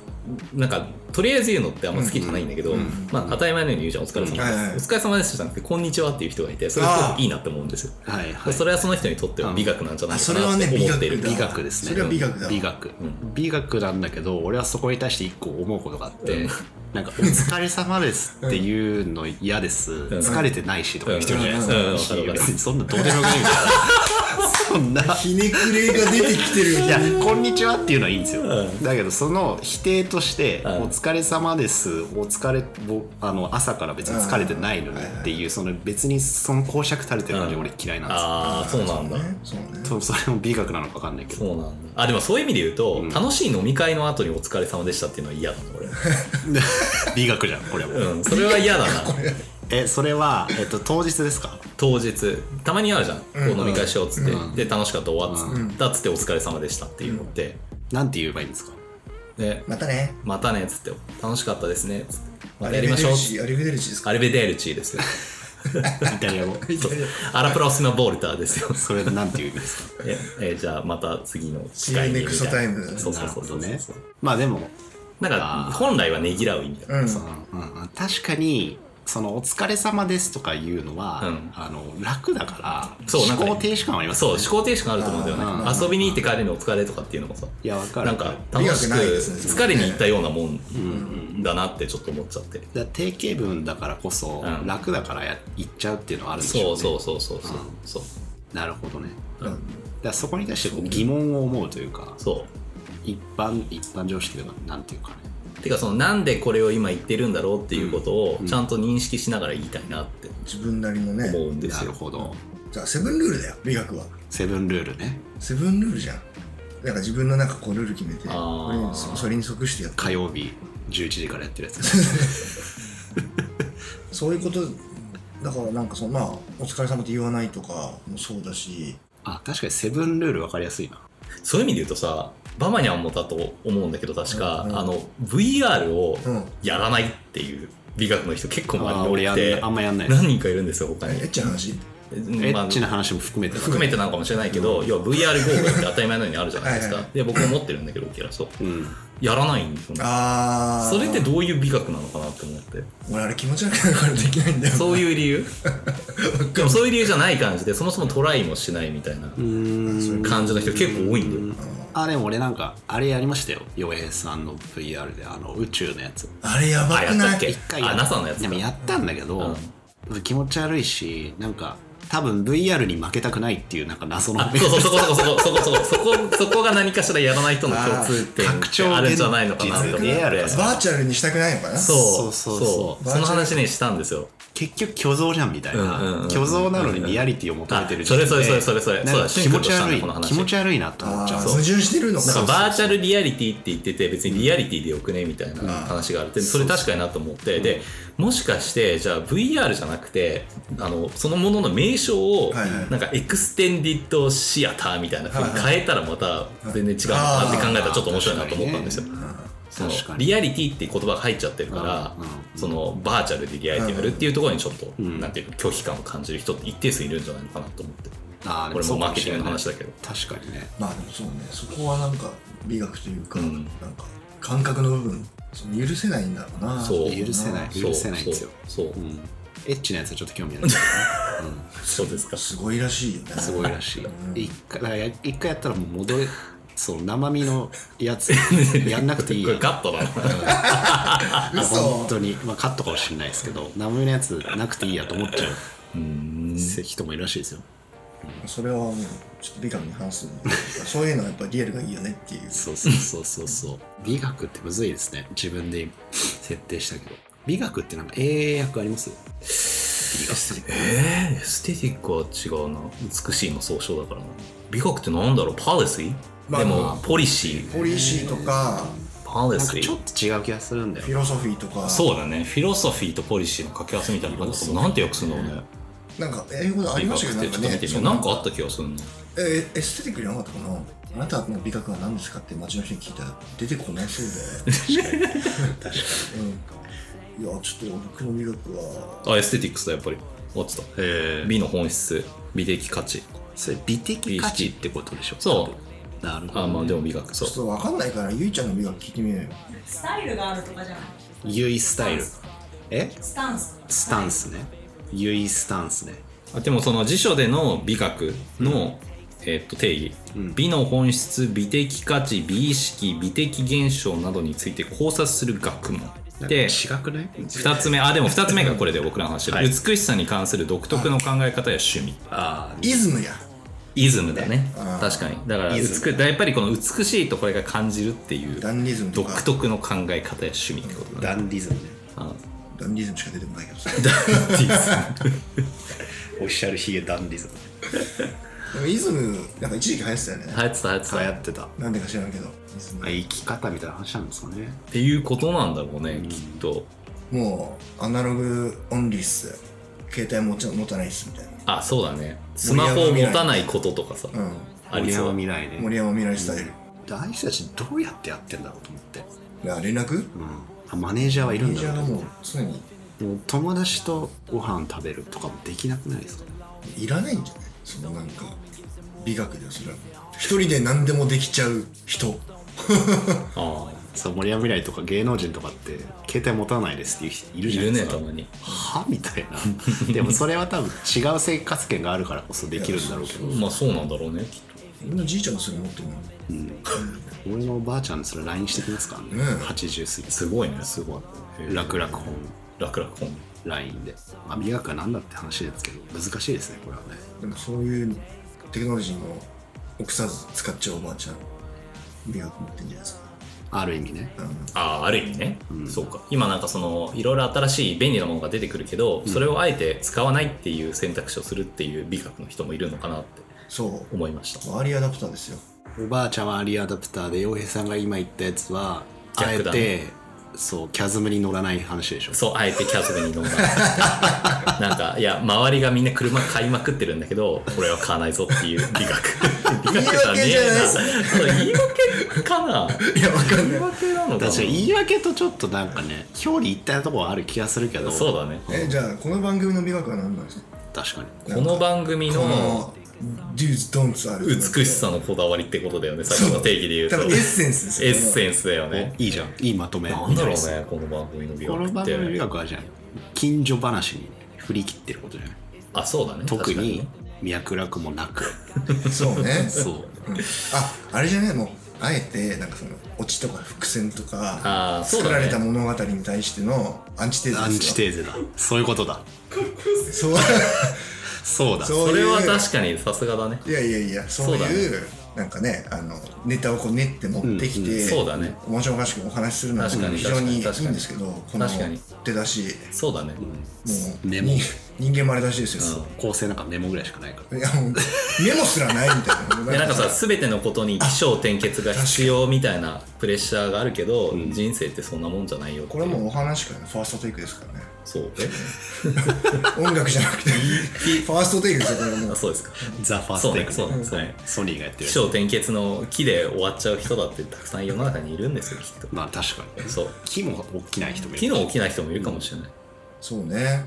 A: なんかとりあえず言うのってあんま好きじゃないんだけど、
B: うんうん
A: まあ、当たり前のように言うじゃん「お疲れ様です」
C: はいはい
A: お疲れ様です」じゃなくて「こんにちは」っていう人がいてそれすごくいいなって思うんですよ
B: はいはい
A: それはその人にとっては美学なんじゃない
C: あ
A: か
C: そ
A: な
C: れ
A: と思
C: は
A: っ
C: ね美
A: てる、
C: 学だ
B: 美学ですね
C: それは美学だわ
B: 美学、
A: ん
B: 美学なんだけど俺はそこに対して一個思うことがあって、
A: うん
B: なんか「お疲れ様です」っていうの嫌です、疲れてないしとか言ってるじゃない
A: うんうん
B: ですか、
A: うんわかるわかる
B: 別にそんなどうでもよくないみたいなそ [LAUGHS] んな
C: ひねくれが出てきてる
A: [LAUGHS]
B: いや「こんにちは」っていうのはいいんですよ、
A: ん
B: だけどその否定として「
A: ん
B: お疲れ様です」「お疲れぼあの朝から別に疲れてないのに」っていうその別にその講釈されてる感じ
A: うん
B: 俺嫌いなんですよ、
A: ああそうなんだ、
C: ねそうね
B: そうそれも美学なのか分かんないけど
A: そうなんだあでもそういう意味で言うと、
B: ん
A: 楽しい飲み会の後に「お疲れ様でした」っていうのは嫌だな
B: [LAUGHS] 美学じゃんこれも、
A: 俺、うん、それは嫌だな
B: えそれは、えっと、当日ですか
A: 当日たまにあるじゃん、こう飲み会しようっつって、で楽しかった終わっつったっつって「お疲れ様でした」っていうのって、
B: なんて言えばいいんですか
A: で
C: またね
A: またねっつって楽しかったですねっつってま
C: ア
A: たや
C: レ
A: り
C: ベ
A: ま
C: デ
A: しょう
C: ル
A: っ
C: チ
A: つっ
C: アレベデルチです
A: て
C: か
A: アルベデールチーですよ
B: イタ
A: [LAUGHS]
B: リア語
A: アラプラスナボルターですよ
B: それなんていう意味です
A: [LAUGHS]
B: か
A: ええじゃあまた次の機
C: シー
A: 会
C: ネ
A: にみ
C: ク
A: た
C: ス
A: い
C: ト
A: な
C: タイム。
A: そうそうそうそう
B: なるほどねまあでも、
A: なんか本来はねぎらう意味だか
C: う
A: ら
C: ん。
A: さ、
B: うんうん、確かにその「お疲れ様です」とかいうのは、
A: うん
B: あの楽だから
A: そうなんか
B: 思考停止感はあります
A: そう
B: よね
A: 思考停止があると思うんだよね
B: あーまあ
A: 遊びに行って帰りのお疲れとかっていうのもさ
B: いやわかる
A: なんか楽しく
C: 美学ないですね
A: 疲れに行ったようなも
B: うんんうん
A: だなってちょっと思っちゃって
B: だから定型文だからこそ、
A: うん
B: 楽だからやいっちゃうっていうのはあるんでしょう
A: そ
B: ね
A: うそうそうそうそうそう
B: なるほどね
A: うん
B: だからそこに対してこう疑問を思うというか
A: そ
B: 一般一般常識というかなんていうかね
A: うてかそのなんでこれを今言ってるんだろうっていうことを
B: うん
A: ちゃんと認識しながら言いたいなって
C: 自分なりのね。
A: 思うんです
B: なる
A: よ
B: ほど
C: じゃあ、セブンルールだよ、美学は。
B: セブンルールね
C: セブンルールじゃん。なんか自分のなんかこうルール決めて、
A: あ
C: こ
A: ー
C: れにそそれに即してやって
B: 火曜日11時からやってるやつね
A: [LAUGHS]
C: そういうこと、だからなんかその、まあ、お疲れ様って言わないとかもそうだし、
B: あ確かにセブンルール分かりやすいな
A: そういう意味で言うとさバマニャンもだと思うんだけど確か、
C: うんうん
A: あの VR を
C: うん
A: やらないっていう美学の人結構
B: あー
A: 周り
B: 俺
A: に
B: や
A: い
B: ん
A: て
B: なあんまやんないです
A: 何人かいるんですよ他に
C: えっちゃん話
B: エ
A: えまあ
B: ッチな話も含めてだ
A: 含めてなのかもしれないけど、要は VR ゴーグルって当たり前のようにあるじゃないですか。
C: はいは
A: で、僕も持ってるんだけど、オキラそう。
B: うん
A: やらないんですよね。
C: あー。
A: それってどういう美学なのかなって思って。
C: 俺あれ気持ち悪くなるからできないんだよ。
A: そういう理由でもそういう理由じゃない感じで、そもそもトライもしないみたいな
B: うーん
A: 感じの人結構多いんだよ。
B: あでも俺なんかあれやりましたよ洋平さんの VR であの宇宙のやつ
C: あれやば
A: あ、
C: く
A: やった
C: な
A: っ
C: い
A: け
B: 一回
A: あ、NASA のやつ
B: で
A: か
B: もやったんだけど、気持ち悪いしなんか多分 VR に負けたくないっていうなんか謎の
A: あそうそう、そこそこそこそこそこそこそこが何かしらやらない人の共通点
B: 拡
A: って
B: 張
A: あるんじゃないのかな
B: 現
A: と思っ
B: 実
A: て。
B: AR や
C: バーチャルにしたくないのかな
A: そう
B: そ
A: そうう
B: そう
A: そう。その話ね、したんですよ。
B: [LAUGHS] 結局虚像じゃんみたいな、
A: うんうんうん
B: 虚像なのにリアリティを求めてる
A: あそれそれ
B: 時点で
A: それそれそれ
B: なんか
A: そうだシ
B: 気
A: ン
B: 持
A: クと
B: ち
A: したんだ
B: 悪い
A: この話
B: 気持ち悪いなと思っちゃ
C: あ
B: う
C: ー
B: そう
C: 矛盾してるのか
A: なんかバーチャルリアリティって言ってて別にリアリティでよくねみたいな話があるでそれ確かになと思ってでもしかしてじゃあ VR じゃなくてあのそのものの名称を
C: はいはい
A: なんかエクステンディッドシアターみたいな風に変えたらまた全然違うのかなって考えたらちょっと面白いなと思ったんですよ。その
B: 確かに
A: リアリティっていう言葉が入っちゃってるから、
B: う
A: そのバーチャルでリアリティやるっていうところにちょっと、なんていうか拒否感を感じる人って一定数いるんじゃないのかなと思って
B: あーで
A: これ
B: そ
A: も
B: う
A: マ
B: か
A: ーケティングの話
B: しれ
A: だけど
B: ない確かにね
C: まあでもそうねそこはなんか美学というか、
A: うん
C: なんか感覚の部分その許せないんだろうな
A: そう
C: の
B: 許せない
A: そう
B: 許せないんですよ
A: そう
B: う
A: そうん
B: エッチなやつはちょっと興味あるんだけどね、
A: そうですか
C: すごいらしいよね
B: うん、すごいらしい一回だからや一回やったらもう戻れそう生身のや [LAUGHS] つやんなくていい
A: こ
B: や
A: れカットだな
C: 嘘
B: 本当に、まあ、カットかもしれないですけど生身のやつなくていいやと思っちゃう
A: うん
B: 人もいるらしいですよ
C: それはもうちょっと美学に反する
A: [LAUGHS]
C: のでそういうのはやっぱリアルがいいよねっていう
B: そうそうそうそうそう美学ってむずいですね自分で設定したけど美学ってなんか英訳あります
A: [LAUGHS] えー、エステティックは違うな美しいの総称だからな美学ってなんだろうパレシー、
C: ま
A: で
C: あまあ
A: もポリシー
C: ポリシーとか
A: パレ
B: なん
A: シ
B: かちょっ
A: ー
B: と違う気がするんだよ
C: フィロソフィーとか
A: そうだねフィロソフィーとポリシーの掛け合わせみたいな感じだとなんて訳すんだろうね
C: なんか英語であり
A: 美
C: ま
A: 学
C: したけ
A: ってちょっ
C: どなんか
A: と見
C: ね
A: てみ
C: そ
A: よう
C: う
A: なんかあった気がするな
C: えエステティックじゃなかったかなあなたの美学は何ですかって街の人に聞いたら出てこないそうでうんいやちょっと僕の美学は
A: あエステティックスだやっぱり終わってた
B: え
A: 美の本質美的価値
B: それ美的価値ってことでしょ
A: そう
B: なるほど、
A: あ
B: ね、
A: まあでも美学そう
C: ちょっとわかんないからゆいちゃんの美学聞いてみようよ
D: スタイルがあるとかじゃない
B: 優位スタイルえ
D: スタンス
B: スタンスね優位スタンスね
A: あでもその辞書での美学の、えっと定義、美の本質美的価値美意識美的現象などについて考察する学問で
B: なんか違くない
A: 2つ目あでも2つ目がこ
B: [LAUGHS]
A: れで僕らの話で、
B: はい
A: 美しさに関する独特の考え方や趣味
B: あ
C: イズムや
A: イズムだね
C: うん
A: 確かにだから
B: イ
A: 美
B: ズム
A: だからやっぱりこの美しいとこれが感じるっていう
C: ダンディズムとか
A: 独特の考え方や趣味ってこと
B: あ
A: だね
B: ダンディズムね
A: あ
C: ダンディズムしか出てこない
A: [LAUGHS]
C: けどさ
B: オフィシャルヒゲダンディズム
C: でもイズムなんか一時期流行ってたよね、
A: 流行ってた流行って
B: 流行
A: た
B: ってた
C: なんでか知らんけどイズム
B: 生き方みたいな話なんですかね
A: っていうことなんだろうね、きっと
C: もうアナログオンリーっす携帯持ち持たないっすみたい
A: あそうだねスマホを持たないこととかさ、
C: な、
A: ありそう
B: 森山未来
C: うん、
B: ね
C: 森山未来スタイル、
B: ああいう人たちどうやってやってんだろうと思って、
C: いや連絡
B: うん、あマネージャーはいる
C: メ
B: ん
C: ジ
B: だ
C: ャー
B: ろ
C: が
B: うけ
C: も
B: ど
C: う常に
B: でも友達とご飯食べるとかもできなくないですか
C: いらないんじゃないそのなんか美学ではそれは一人で何でもできちゃう人
A: あ
B: そう森山未来とか芸能人とかって携帯持たないですっていう人い
A: あ
B: る
A: い
B: じゃな
A: る
B: いで
A: ね
B: すか
A: たまに
B: はみたいなでもそれは多分違う生活圏があるからこそできるんだろうけど
A: まあそうなんだろうねきっと
C: みんなじいちゃんがそれ持ってるの
B: 俺のおばあちゃんにそれ LINE してきますからね、
C: ね
B: 80過ぎ
A: すごいね
B: すごい楽々本
A: 楽々本
B: LINE で、まあ、美学は何だって話ですけど難しいですねこれはね
C: でもそういうテクノロジーも臆さず使っちゃうおばあちゃん美学持ってるんじゃないですか
B: ある意味ね
A: ああある意味ね、そうか今なんかそのいろいろ新しい便利なものが出てくるけど、それをあえて使わないっていう選択肢をするっていう美学の人もいるのかなって
C: そう
A: 思いました
C: アーリーアダプターですよ
B: おばあちゃんはアーリーアダプターで洋平さんが今言ったやつはあえ
A: 逆だね
B: てそうキャズムに乗らない話でしょ
A: そうあえてキャズムに [LAUGHS] 乗らないなんかいや周りがみんな車買いまくってるんだけど俺は買わないぞっていう美学美学そう言い訳かない
C: やわか
A: 言
C: ん
A: い
C: ない
A: 訳なのかな
B: 確かに言い訳とちょっとなんかね表裏一体なところはある気がするけど
A: そうだね
C: えじゃあこの番組の美学は何なんですか
B: 確かに
A: この番組
C: こ
A: の
C: の Do's Don'ts ある
A: 美しさのこだわりってことだよね最後の定義で言う
C: 多
A: と
C: 分エッセンスです
A: エ
C: よ
A: ッセンスだよね
B: いいじゃんいいまとめ
A: なんだろうねこの番組の美
B: この
A: 学っ
B: 番
A: て
B: 組の美学はじゃん近所話に振り切ってることじゃない
A: あそうだね
B: 特に
A: 確
B: 脈絡もなく
C: そうね
B: そう
C: ああれじゃないもうあえてなんかそのオチとか伏線と
A: あ
C: か
A: ーそう
C: 作
A: だ
C: ら
A: ね
C: れた物語に対してのアンチテーゼですよ
B: アンチテーゼだそういうことだ
C: そう
B: そうだ
C: そう
A: かにそれは
C: そういう
A: 確かにさすがだね
C: いやいやいやそういうなんかねあのネタをこう練って持ってきて、
A: うんそうだね
C: 面白おかしくお話しするのは
A: 確かに
C: 非常にいいん
A: 確かに
C: ですけどこの
A: 確かに
C: 出だし
A: そうだね
C: もう
B: メモ
C: に人間丸出しですよ、
B: 構成なんかメモぐらいしかないから
C: いやもうメモすらないみたいな
A: でなんかさ全てのことに起承転結が必要みたいなプレッシャーがあるけど人生ってそんなもんじゃないよって
C: これもうお話からファーストテイクですからね
A: そうえ
C: 音楽じゃなくてファーストテイクですよこれもう
A: あそうですか
B: ザ・ファース
A: そ
B: ト
A: う
B: テイ
A: ね
B: ク
A: そうねそう
B: ね
A: ね
B: ソニーがやって
A: 起
B: る
A: 承転結の木で終わっちゃう人だってたくさん世の中にいるんですよきっ
B: まあ確かに
A: とそう
B: 木も大きない人もい
A: 木
B: る
A: の起きない人もいるかもしれない
C: そうね、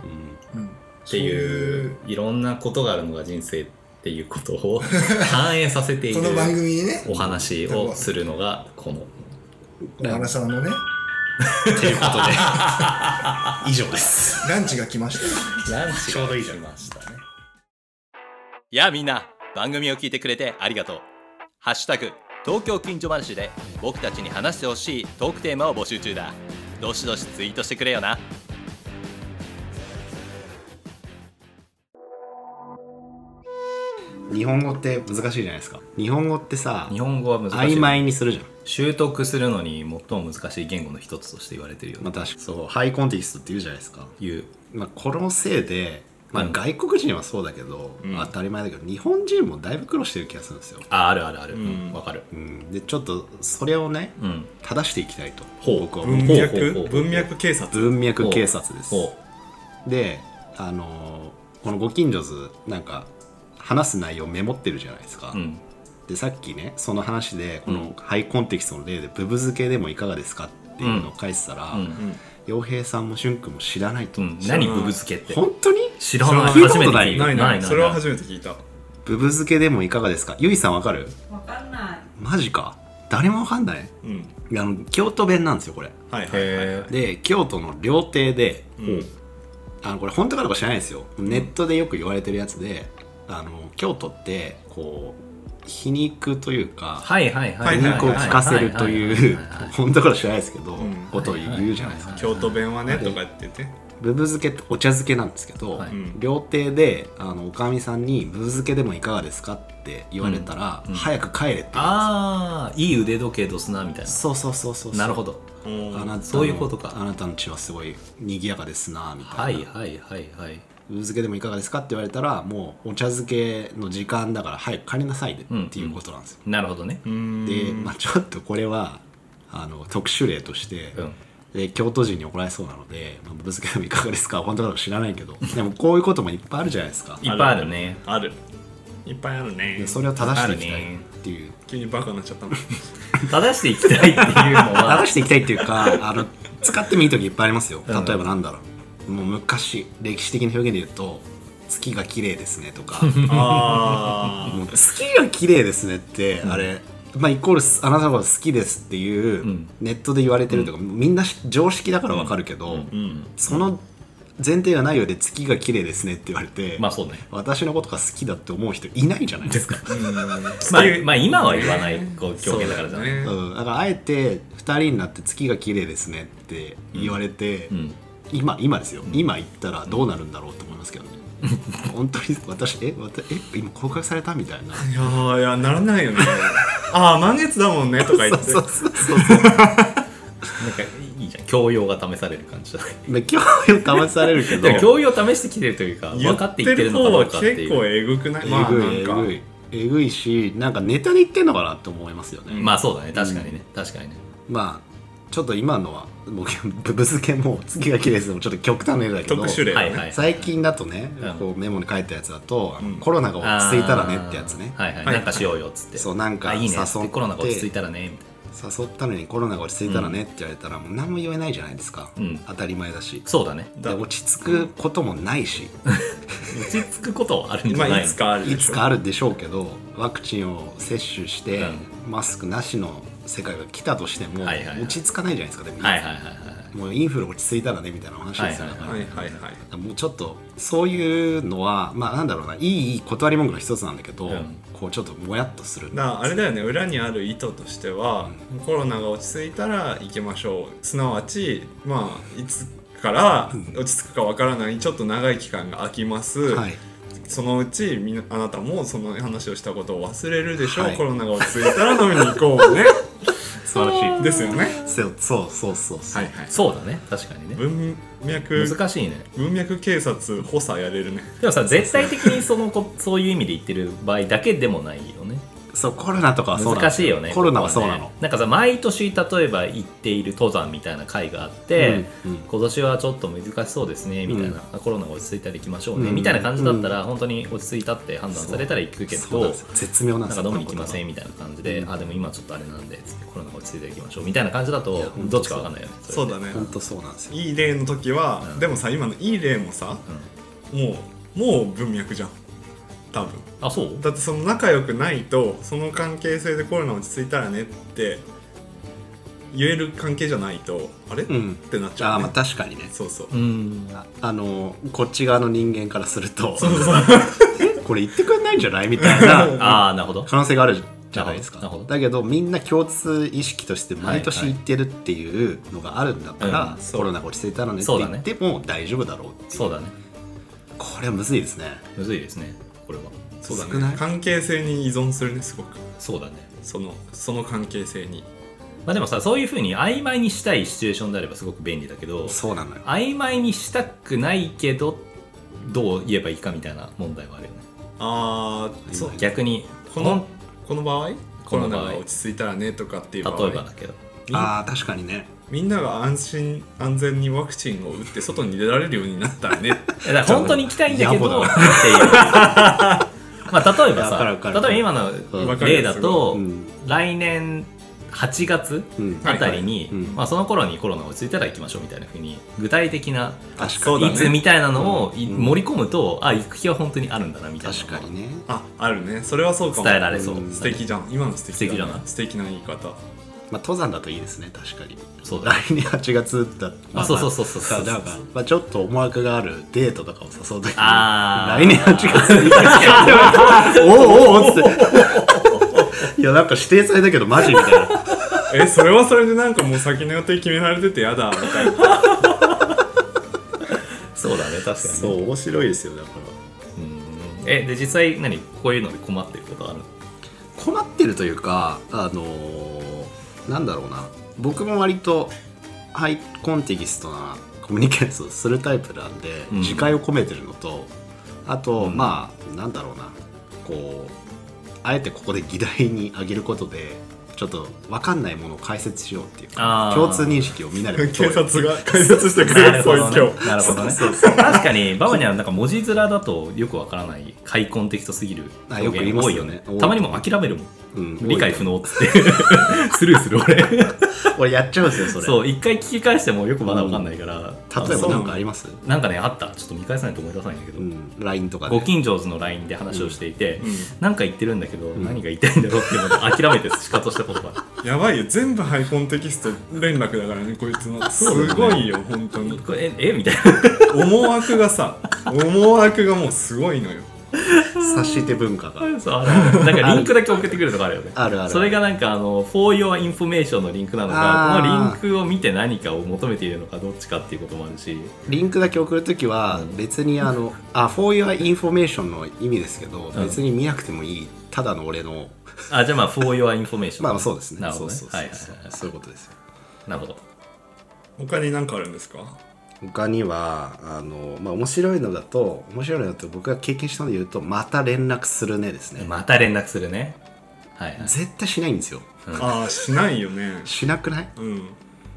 B: ん
C: うん
A: っていういろんなことがあるのが人生っていうことを反映させてい
C: そ
A: る
C: ういうこの番組にね
A: お話をするのがこの
C: 小原さんのね
B: とい
A: [LAUGHS]
B: うことで以上です
C: ランチが来ましたよ
A: ランチが来ましたねやあみんな番組を聞いてくれてありがとう「ハッシュタグ東京近所話」で僕たちに話してほしいトークテーマを募集中だどしどしツイートしてくれよな
B: 日本語って難しいじゃないですか日本語ってさ
A: 日本語は難しい
B: 曖昧にするじゃん
A: 習得するのに最も難しい言語の一つとして言われてるよ
B: まあ確かそうハイコンテキストって言うじゃないですか
A: いう
B: まあ、このせいで、まあ、
A: うん
B: 外国人はそうだけど、
A: ん
B: 当たり前だけど日本人もだいぶ苦労してる気がするんですよ、
A: ああるあるあるうんわ、かる
B: うん、でちょっとそれをね、
A: うん
B: 正していきたいと
A: ほう
B: 僕は
A: うん
B: 思う
E: 文
A: ほう
E: 脈
A: ほうほう
E: 文脈警察
B: 文脈警察です
A: ほ
B: であのーこの「ご近所図」なんか話す内容メモってるじゃないですか、
A: ううん
B: でさっきねその話で
A: う
B: こ
A: ん
B: のハイコンテキストの例で「ブブ漬けでもいかがですか?」っていうのを返したら、
A: うん
B: 洋平さんもしゅんくんも知らないと、
A: うん、何ブブ漬けって
B: 本当に
A: 知らない
B: 聞いた
A: 初
B: こ
A: め
B: と
A: て
B: な
A: 聞
B: い
A: いた
E: ない
A: な
E: ないい
A: ない
E: それは初めて聞いた
B: ブブ漬けでもいかがですかゆいさんわかる
D: わかんない。
B: マジか誰もわかんない
E: うん
B: いやあの京都弁なんですよこれ
E: はいはいはいはい
B: で京都の料亭で、
E: うん
B: あのこれ本当かどうか知らないですよネットでよく言われてるやつであの京都ってこう皮肉というか、
A: はいはいは
E: はいい
B: 皮
E: はい
B: 肉を聞かせるという
A: はいはいはいはい
B: 本当かどうか知らないですけど、
E: うん
B: ことを言うじゃないですか、
E: [LAUGHS] 京都弁はねとか言ってて
B: ブブ漬けってお茶漬けなんですけど、
A: はい
E: うん
B: 料亭であのおかみさんに「ブブ漬けでもいかがですか?」って言われたら、
A: うんうん
B: 早く帰れって言うんですよ
A: ああいい腕時計どすなみたい
B: そうそうそうそうそう
A: ななるほど
E: うん
B: あなたの
A: そういうことか
B: あなたの血はすごい賑やかですなみたいな、
A: はいはいはいはい
B: ぶ漬けでもいかがですかって言われたらもうお茶漬けの時間だから早く帰りなさいで、
A: うん
B: っていうことなんですよ、
A: なるほどね
E: うん
B: で、まあ、ちょっとこれはあの特殊例として、
A: うん
B: で京都人に怒られそうなので、まあ、ぶぶ漬けでもいかがですか本当かどうか知らないけどでもこういうこともいっぱいあるじゃないですか
A: いっぱいあるね
E: あるいっぱいあるね
B: でそれを正していきたいっていう、
E: 急にバカになっちゃ [LAUGHS] ったもん
A: 正していきたいっていうのは
B: 正していきたいっていうかあの使ってもいい時いっぱいありますよ例えばなんだろう、もう昔歴史的な表現で言うと月が綺麗ですねと
A: [LAUGHS]
B: か
E: あ
B: もう月が綺麗ですねって、あれまあイコールすあなたのこと好きですっていう、
A: ん
B: ネットで言われてるとか、みんなし常識だからわかるけど、
A: うん
B: その前提がないようで月が綺麗ですねって言われて、
A: [LAUGHS] まあそうね
B: 私のことが好きだって思う人いないじゃないですか、
A: まあ、まあ今は言わないこう狂
E: そう
A: 言だ
E: だ
A: から
E: よ
A: じゃない、
E: ね
B: うん、だからあえて2人になって月が綺麗ですねって言われて、
A: うん、
B: 今今ですよ、今言ったらどうなるんだろうと思いますけどね本当に私え私え今告白されたみたいな
E: いやーいやならないよね [LAUGHS] ああ満月だもんねとか言って
B: そ
E: なん
B: う
E: か
B: そうそうそう
A: いいじゃん教養が試される感じじゃない
B: ね興味を騙されるけど
A: でも教養を試してきてるというか
E: 言
A: 分か
E: っ
A: って
E: て
A: いって
E: る
A: るのか
E: 方
A: ど
E: は
A: うかってい
E: 結構
A: う
E: えぐくない
B: え
E: まあ
B: ぐ
E: ないん
B: え
E: か
B: ぐいえぐいしなんかネタに言ってんのかなって思いますよね、
A: まあそうだね確かにね、確かにね
B: まあちょっと今のは僕ぶぶづけも月が綺麗ですもちょっと極端な例だけど
E: 特殊例
A: は
E: だ
A: いは
E: ね
A: い
B: 最近だとね、
A: うん
B: こうメモに書いたやつだと、あの
E: うん
B: コロナが落ち着いたらねってやつね、
A: あーはいはい、
E: はい
A: なんかしようよっつって
B: そうなんか
A: あいいねっつっ
B: 誘っ
A: て
B: て
A: コロナが落ち着いたらねみたいな
B: 誘ったのにコロナが落ち着いたらねって言われたらもう何も言えないじゃないですか、
A: うん
B: 当たり前だし
A: そうだね
B: で
E: だ
B: 落ち着くこともないし、
A: 落ち着くことはあるんじ
E: ま
A: ゃ
E: あ
A: ない
E: い
A: の
E: つかある
B: い
E: でし
B: つ
E: ょ
B: かあるでしょうけどワクチンを接種して、
A: う
B: マスクなしの世界が来たとしても、
A: はいはいはい
B: 落ち着かないじゃないですかでも、
A: はいはいはいはい
B: もうインフル落ち着いたらねみたいな話ですよね、
A: はいはい
E: はいはいはい
B: もうちょっとそういうのはまあなんだろうないい断り文句の一つなんだけど、
A: うん
B: こうちょっともやっとする
E: だからあれだよね裏にある意図としては、コロナが落ち着いたら行きましょうすなわちまあいつから落ち着くかわからないちょっと長い期間が空きます、
B: はい、
E: そのうちみなあなたもその話をしたことを忘れるでしょう、
B: はい
E: コロナが落ち着いたら飲みに行こうね
B: [LAUGHS] 素晴らしい
E: ですよね
B: そうそうそうそうそう、
E: は
A: そうだね確かにね
E: 文脈
A: 難しいね
E: 文脈警察補佐やれるね
A: でもさ絶対的にそのこ [LAUGHS] そういう意味で言ってる場合だけでもないよね
B: そうコロナとかはそうなの
A: 難しいよね
B: コロナは
A: ここ
B: そうなの、
A: ねなんかさ毎年例えば行っている登山みたいな会があって、
B: うんうん
A: 今年はちょっと難しそうですねみたいな、コロナが落ち着いたら行きましょうね、みたいな感じだったら、本当に落ち着いたって判断されたら行くけ
B: そうな
A: ど
B: んですよ絶妙
A: な
B: な
A: んん
B: です
A: か
B: よ
A: 飲みに行きませんみたいな感じで、あでも今ちょっとあれなんでつってコロナが落ち着いたら行きましょうみたいな感じだとどっちかわかんないよね
E: そう
A: だ
E: だね
B: 本当そうなんですよ
E: いい例の時は、でもさ今のいい例もさ、もうもう文脈じゃん多分
A: あそう
E: だってその仲良くないとその関係性でコロナ落ち着いたらねって言える関係じゃないとあれ、
B: ん
E: ってなっち
B: あ
E: ゃ
B: あ
E: う、
B: ま
E: ね
B: あ確かにね
E: そ
B: [LAUGHS]
E: うそう
A: うん
B: ああのこっち側の人間からするとこれ言ってくれないんじゃないみた
A: [LAUGHS]
B: いな
A: ああなるほど
B: 可能性があるじゃないです
A: なるほ
B: か
A: ど
B: だけどみんな共通意識として毎年
A: はい
B: 言
A: はい
B: ってるっていうのがあるんだから、
A: うん
E: そう
B: コロナが落ち着いたらねって
A: そうだ
B: 言
A: ね
B: っても大丈夫だろうっていう
A: そうだね
B: これはむずいですね
A: むずいですねこれは
E: そうだ
B: 少
E: ね
B: ない
E: 関係性に依存するねすごく
A: そうだね
E: そのその関係性に
A: まあでもさそういうふうに曖昧にしたいシチュエーションであればすごく便利だけど
B: そうなのよ
A: 曖昧にしたくないけどどう言えばいいかみたいな問題はあるよね
E: ああそう
A: 逆に
E: こ
A: ほ
E: の
A: ん
E: この場合
A: こ
E: コ
A: の
E: ロ
A: 場合
E: ナが落ち着いたらねとかっていう場合
A: 例えばだけど
E: み
B: ああ確かにね
E: みんなが安心安全にワクチンを打って外に出られるようになったら
A: [LAUGHS]
E: ね
A: いやだから本当に行きたいんだけ
B: 野
A: ど
B: 暮
A: っ
B: だ
A: ていう [LAUGHS] まあ例えば
B: いやわかるわか
A: さ
B: る
A: 例えば今
E: わ
A: の
E: かる
A: 例だと、
B: うん
A: 来年8月
B: うん
A: あたりに、
B: はいはいうん
A: まあ、その頃にコロナ落ち着いたら行きましょうみたいなふうに具体的な
B: 確
E: そ
B: か
E: うだ
B: に
E: ね
A: いつみたいなのをい
B: うん
A: 盛り込むと、あ行く気は本当にあるんだなみたいな
B: 確かにね
E: ああるねそれはそうかも
A: 伝えられそう、
B: うん
E: 素敵じゃん今の素敵
A: 素敵じゃない
E: 素敵な言い方
B: まあ、登山だといいですね確かに
A: そうだね
B: 来年8月だ
A: あそうそうそうそうそう
B: だから、まあ、ちょっと思惑があるデートとかを誘う時に
A: あー
B: 来年8月に
A: [LAUGHS]
B: おうおうおうっつっていやなんか指定されたけどマジみたいな
E: えそれはそれでなんかもう先の予定決められててや
A: [LAUGHS]
E: だみたいな
A: そうだね確かにね
B: そう面白いですよだから
A: うんえで実際何こういうので困ってることある
B: 困ってるというかあのーなんだろうな僕も割とハイコンテキストなコミュニケーションをするタイプなんで、
A: うん
B: 自戒を込めてるのとあと、
A: うん
B: まあなんだろうなこうあえてここで議題に挙げることでちょっと分かんないものを解説しようっていう
A: あー
B: 共通認識をみんな
A: [LAUGHS]
B: で持とう
E: 警
B: よ
E: 察が解説してくれるそういう今日
A: なるほどね確かにババにはなんか文字面だとよくわからない開墾的とすぎる
B: あよく言いますよね
A: 多いよねたまにもう諦めるもん
B: う
A: [LAUGHS]
B: ん
A: 理解不能っつってスルーする俺
B: 俺やっちゃうんですよそれ
A: そう一回聞き返してもよくまだ分かんないから、
B: 例えば
A: そう
B: 何かあります
A: なんかねあったちょっと見返さないと思い出さないんだけど、
B: うん LINE とかで
A: ご近所の LINE で話をしていて、
E: ん
A: なんか言ってるんだけど、何が言いたいんだろうっていうのを諦めて仕方したことがある
E: やばいよ全部ハイコンテキスト連絡だからねこいつのすごいよ本当に
A: これええみたいな
E: 思惑がさ思惑がもうすごいのよ
B: 察して文化が
A: そうあるなんかリンクだけ送ってくるとかあるよね
B: あるある
A: それがなんかあの「for your information」のリンクなのか
B: あ
A: こ
B: ー
A: のリンクを見て何かを求めているのかどっちかっていうこともあるし
B: リンクだけ送るときは別にあの「あ for your information」の意味ですけど
A: うん
B: 別に見なくてもいいただの俺の
A: あじゃあまあ「for your information」
B: まあそうですね
A: なるほどね
B: そうそう
A: はい
B: そう
A: はい
B: そう
A: は
B: そういうことですよ
A: いなるほど
E: 他に何かあるんですか
B: 他にはあの、まあ、面白いのだと面白いのだと僕が経験したので言うと「また連絡するね」ですね、
A: また連絡するねはいはい
B: 絶対しないんですよ
E: ああしないよね
B: しなくない
E: うん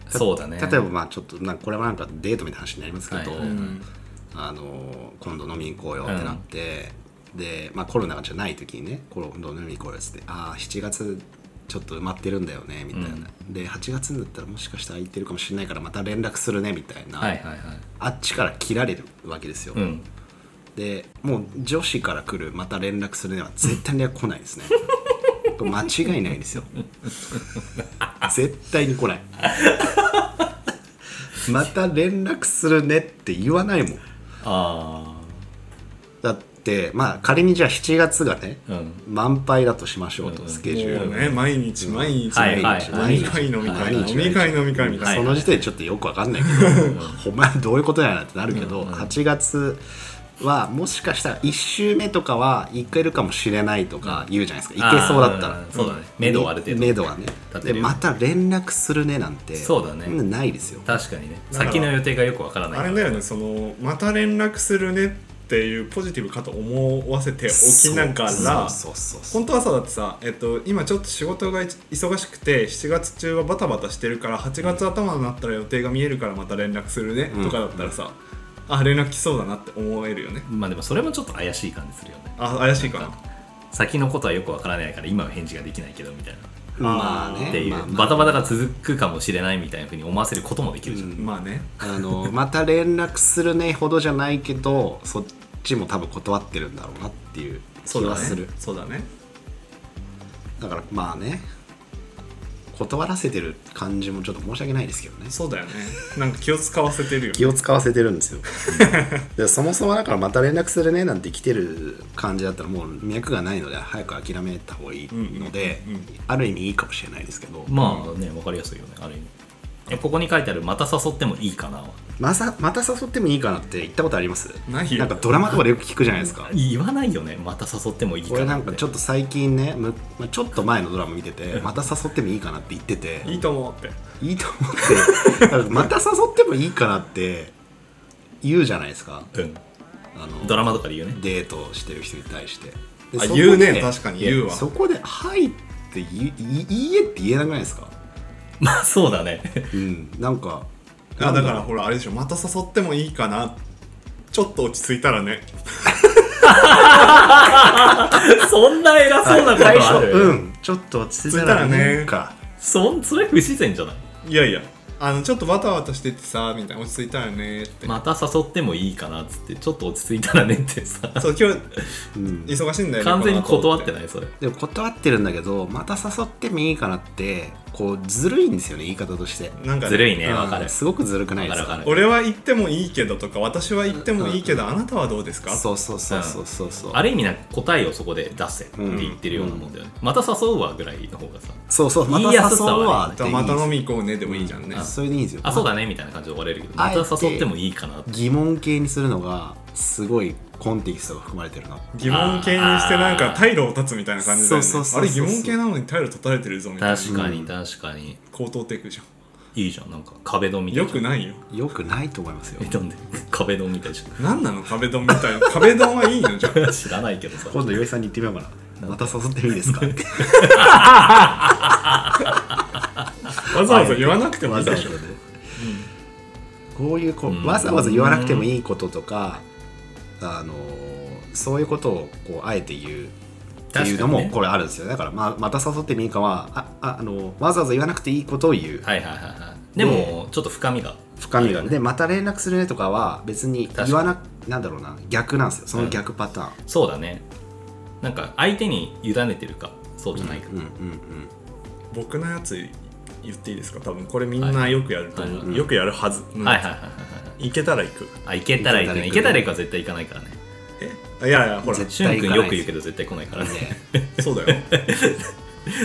A: そうだね
B: 例えばまあちょっとなんかこれはなんかデートみたいな話になりますけど、
A: はいはい
E: うん
B: あの今度飲みに行こうよってなって、で、まあ、コロナじゃない時にね今度飲みに行こうよっつってああ7月ちょっと埋まってるんだよねみたいな、で8月だったらもしかしたら空いてるかもしれないからまた連絡するねみたいな、
A: はいはいはい
B: あっちから切られるわけですよ、
A: うん
B: でもう女子から来るまた連絡するねは絶対に来ない
A: [LAUGHS]
B: ですねこれ間違いないですよ絶対に来ないまた連絡するねって言わないもん
A: あ
B: だってまあ仮にじゃあ7月がね、
A: あうん
B: 満杯だとしましょ
A: う
B: うと
A: ん
B: スケジュー
E: も
B: ル
E: う
B: が、
E: ね毎日毎日
A: はい
E: 毎
A: はい
E: 日
A: はい
E: 飲み会飲み会
B: 毎日
E: 飲み会飲み会みたい
B: そ
E: な
B: の時点でちょっとよくわかんないけど
A: [LAUGHS]
B: ほんまにどういうことやなってなるけど、8月はもしかしたら1週目とかは行けるかもしれないとか言うじゃないですか行けそうだった
A: あ
B: ら
A: ーそうだね目処はある程度
B: 目処はね
A: 立て
B: で
A: るよ
B: また連絡するねなんて
A: そうだね
B: んないですよ
A: 確かにね
E: だから
A: 先の予定がよくわからない
E: あれだよねそのまた連絡するねっていうポジティブかと思わせておきながら
B: そうそうそうそう
E: 本当はさだってさ、えっと、今ちょっと仕事が忙しくて7月中はバタバタしてるから8月頭になったら予定が見えるからまた連絡するね、とかだったらさあ連絡来そうだなって思えるよね
A: まあでもそれもちょっと怪しい感じするよね
E: あ怪しいかな
A: 先のことはよくわからないから今は返事ができないけどみたいな
B: まあね
A: っていう、
B: まあまあ
A: バタバタが続くかもしれないみたいなふうに思わせることもできるじゃん、
E: まあね
B: あのまた連絡するねほどじゃないけどそっちも多分断ってるんだろうなっていう気
E: そうだ
B: は
E: ね
B: する
E: そうだね
B: だからまあね断らせてる感じもちょっと申し訳ないですけどね
E: そうだよねなんか気を使わせてるよね
B: 気を使わせてるんですよでそもそもだからまた連絡するねなんて来てる感じだったらもう脈がないので早く諦めた方がいいので、ある意味いいかもしれないですけど
A: まあねわかりやすいよねある意味えここに書いてある「また誘ってもいいかな」は
B: まさまた誘ってもいいかなって言ったことあります
E: ないよ
B: んかドラマとかでよく聞くじゃないですか
A: 言わないよね「また誘ってもいいかな」
B: 俺なんかちょ
A: っ
B: っと最近ねむまあちょっと前のドラマ見ててまた誘ってもいいかなって言ってて
E: いいと思うって
B: いいと思っ
A: [LAUGHS]
B: てまた誘ってもいいかなって言うじゃないですか
A: と、うん、
B: あの
A: ドラマとかで言うね
B: デートしてる人に対してで
E: あ
B: そこで
E: 言うね確かに言うわ
B: そこで「はい」って言いいいいえって言えなくないですか
A: まあそうだね [LAUGHS]
B: うんなんか
E: あだからほらあれでしょまた誘ってもいいかなちょっと落ち着いたらね
A: そんな偉そうなこと
B: 最
A: あ
B: 初
A: る、
B: うんちょっと落ち着いたらね
E: 落ち着いた
B: か
A: そんそれ不自然じゃない
E: いやいやあのちょっとバタバタしててさみたいな落ち着いたらねって、
A: また誘ってもいいかなっつってちょっと落ち着いたらねって [LAUGHS] さ
E: そう今日
B: うん
E: 忙しいんだよね
A: 完全に断って
E: い
A: ないそれ
B: でも断ってるんだけどまた誘ってもいいかなってこうずるいんですよね言い方として
E: なんかね
A: ずるいねわか
B: うん
A: る
B: すごくずるくないです
A: わかるわかる
E: 俺は行ってもいいけどとか私は行ってもいいけどあなたはどうですか
B: そうそうそうそうそうそう、
A: ある意味なんか答えをそこで出せって言ってるようなもんだよね、また誘うわぐらいの方がさ
B: そうそうまた
A: 言い
B: 誘
A: やす
B: う
A: さはね
B: わっていい
E: また飲み行こうねでもいいじゃんね、
B: うんそれでいいんですよ
A: あそうだねみたいな感じで終われるけど
B: あ
A: また誘ってもいいかなって
B: 疑問形にするのがすごいコンテキストが含まれてるな
E: 疑問形にしてなんか退路を断つみたいな感じだよね
B: そうそうそうそう
E: あれ疑問形なのに退路断たれてるぞみたいな
A: 確かに確かに、
E: 口頭テクじゃ
A: いいじゃんなんか壁ドンみ
E: ん
A: たい
E: よ
A: な
E: くないよ
B: よくないと思いますよ
A: えなんで [LAUGHS] 壁ドンみたいじ
E: 何なの壁ドンみたいな壁ドンはいいのじゃん
A: ゃん知らないけどさ
B: 今度岩井さんに言ってみようかなまた誘って [LAUGHS] もいいですかって
E: わざわざ言わなくてもい
B: わ
E: い
B: ざ
E: で
B: わ
E: し
B: ざ
E: ょ
B: ねこういうこ
A: うん
B: うわざわざ言わなくてもいいこととかあのーそういうことをこうあえて言うっていうの
A: 確かに
B: も
A: ね
B: これあるんですよ、だから、まあ、また誘ってみいかはあああのわざわざ言わなくていいことを言う
A: はいはいはいはいでもちょっと深みが
B: 深みがあるでまた連絡するねとかは別に
A: かに
B: 言わななんだろうな逆なんですよその逆パターン、
A: そうだねなんか相手に委ねてるかそうじゃないか、
B: うんうんうん
E: 僕のやつ言っていいですか多分これみんなよくやると思う、
A: は
E: よくやるはず、
A: はいはいはいはいはい
E: いけたら行く
A: あ行けたら行くね
B: 行
A: 行
B: け
A: け
B: た
A: た
B: ら
A: ら
B: 行
A: 行くは絶対行かないからね
E: えいやいやほら
B: 絶
A: しゅん
B: 対
A: く
B: 行
A: ん
B: かない
A: よく言うけど絶対来ないからね
E: そうだよ、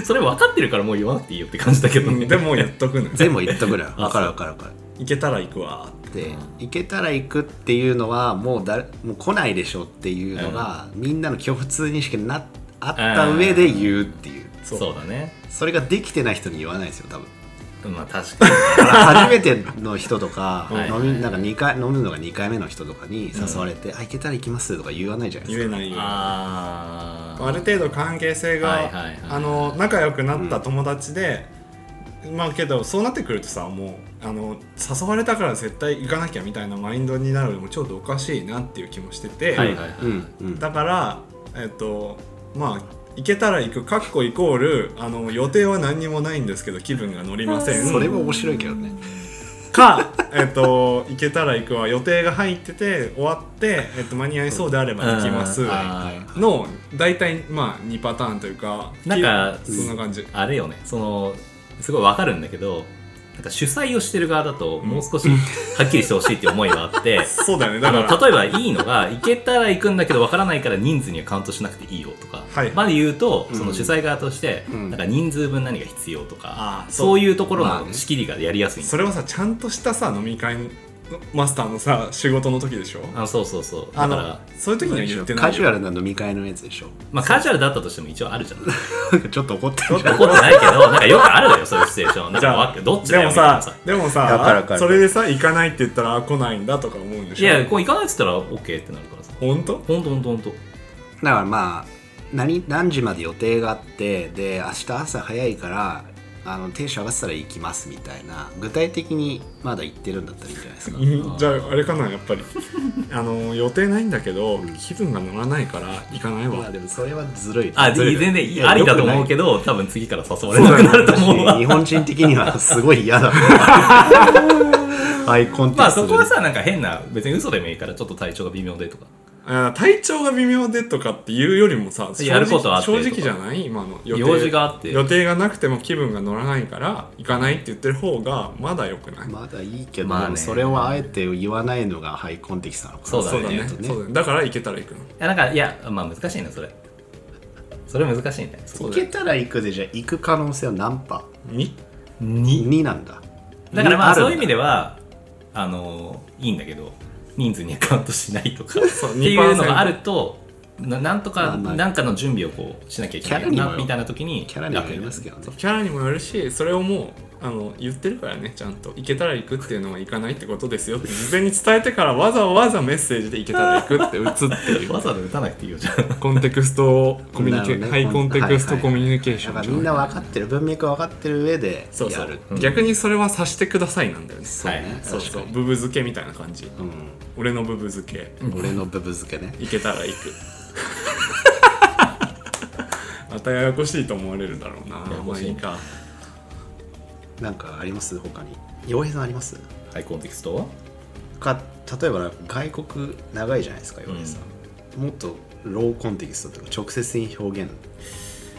A: それ分かってるからもう言わなくていいよって感じだけど
E: う
A: ね
E: ん、でも言っとくのよ
B: 全部言っと
E: [LAUGHS]
B: くのよ
A: あ
B: 分かる分かる分かる
E: いけたら行くわ
B: で行けたら行くっていうのはもうだもう来ないでしょっていうのが、みんなの共通認識になっあった上で言うっていう、
A: そうだね
B: それができてない人に言わないです
E: [LAUGHS]
B: よ多分
A: まあ確かに
B: だから初めての人とか
A: はい
B: 飲みなんか二回飲むのが2回目の人とかに誘われて「あ行けたら行きます」とか言わないじゃないです
E: 言
B: か。
E: えないよ
A: あー
E: [LAUGHS] ある程度関係性が、
A: はいはいはい
E: あの仲良くなった友達で、まあけどそうなってくるとさもうあの誘われたから絶対行かなきゃみたいなマインドになるのもちょっとおかしいなっていう気もしてて、
A: はいはいはい、
B: うんうん
E: だからえっとまあ行けたら行くかっこイコールあの予定は何にもないんですけど気分が乗りません
B: それも面白いけどね。
E: か、えっと、行けたら行くは予定が入ってて終わって、えっと、間に合いそうであれば行きます
A: うんあ
E: の大体まあ2パターンというか
A: なんか
E: そんな感じ
A: あれよねそのすごいわかるんだけどなんか主催をしてる側だともう少しはっきりしてほしいっていう思いはあって
E: そう [LAUGHS] だよねだ
A: あ
E: か
A: の
E: ら
A: 例えばいいのが行けたら行くんだけどわからないから人数にはカウントしなくていいよとか、
E: はい
A: まで言うと
B: うん
A: その主催側として、
B: うん
A: なんか人数分何が必要とか
E: あ、ーそう
A: そういうところ
B: まあね
A: の仕切りがやりやすいんだ
E: それはさちゃんとしたさ飲み会のマスターのさ仕事の時でしょ
A: あそうそうそうだ
E: あ
A: か
E: の
A: ら
E: そういう時には言ってないよ
B: カジュアルな飲み会のやつでしょ。
A: まあカジュアルだったとしても一応あるじゃん怒
B: ちょっと怒ってるじゃん。
A: ってないけどなんかよくあるのよそういうシチュエーシ
E: [LAUGHS]
A: ョンだからわどっちだ
E: で
A: よ
E: も
A: みたいな
E: さ
A: さ
E: でも
B: わかるわ
E: さ
B: かる
E: それでさ行かないって言ったらあ来ないんだとか思うんで
A: い
E: しょ
A: やこう行かないっつったら OK ってなるからさ
E: 本当
A: ほんとほんとほんと
B: だからまあ何何時まで予定があってで明日朝早いからあのテンション上がってたら行きますみたいな具体的にまだ行ってるんだったらいいんじゃないですか。
E: うんじゃああれかなやっぱり [LAUGHS] あの予定ないんだけど気分が乗らないから行かない
B: まあ
E: わ
B: でもそれはずるい。
A: あ
B: ずるい
A: 全然いいありだと思うけど多分次から誘われ
B: そう
A: なく
B: な
A: なんると
B: だし
A: 思うわ
B: 日本人的にはすごい嫌だアイコンタクト
A: まあそこはさなんか変な別に嘘でもいいからちょっと体調が微妙でとか
E: あ体調が微妙でとかっていうよりもさ
A: やることあって
E: 正直
A: とか
E: 正直じゃない今の予定
A: 用事があって
E: 予定がなくても気分が乗らないから行かないって言ってる方がまだ良くない、
B: まだいいけど、
A: まあね
B: それをあえて言わないのがハイコンテキストなのかな
A: そうだ
E: そうだね
A: ね
E: そうだねだから行けたら行くの
A: いやなんかいやまあ難しいねそれそれ難しいね
B: 行けたら行くでじゃあ行く可能性は何パ
E: に
B: ー
A: 2
B: 2なんだ
A: だからまあ
B: るん
A: そういう意味ではあのいいんだけど人数にはカウントしない
B: [LAUGHS]
A: とか
E: そう
A: っていうのがあるとななんと
B: まあ
A: か
B: まあ
A: なんかの準備をこうしなきゃいけな
B: キャラ
A: い
B: にも
A: な
B: よ
A: みたいな時に
B: キャラにもよりますけどね
E: キャラにもよるしそれをもうあの言ってるからねちゃんと行けたら行くっていうのは行かないってことですよって事前に伝えてからわざわざメッセージで行けたら行くって打つっていう
A: わざわざ打たなくていいよじゃ
E: [LAUGHS] コンテクストコミュニケーション、
B: なるほどね
E: ハイコンテクスト
B: はいは
E: コ
B: い
E: ミュニケーシ
B: だ
E: ョ
B: から
E: ンじゃ
B: みんな分かってる文脈分かってる上で
E: そうそ
B: や
E: う
B: る
E: 逆にそれは察してくださいなんだよね
B: そうね、
A: はい
E: そうそう
B: 確か
E: ブブ漬けみたいな感じ、
B: に、
E: 俺のブブ漬け
B: うん、俺のブブ漬けね
E: 行けたら行
B: [LAUGHS]
E: くまたややこしいと思われるだろうな
A: やや
E: ま
A: こ
E: あ
A: しい
E: いいか
B: なんかあります他に洋平さんあります
A: んハイコンテキストは
B: か例えばなんか外国長いじゃないですか洋平さん、もっとローコンテキストとか直接的に表現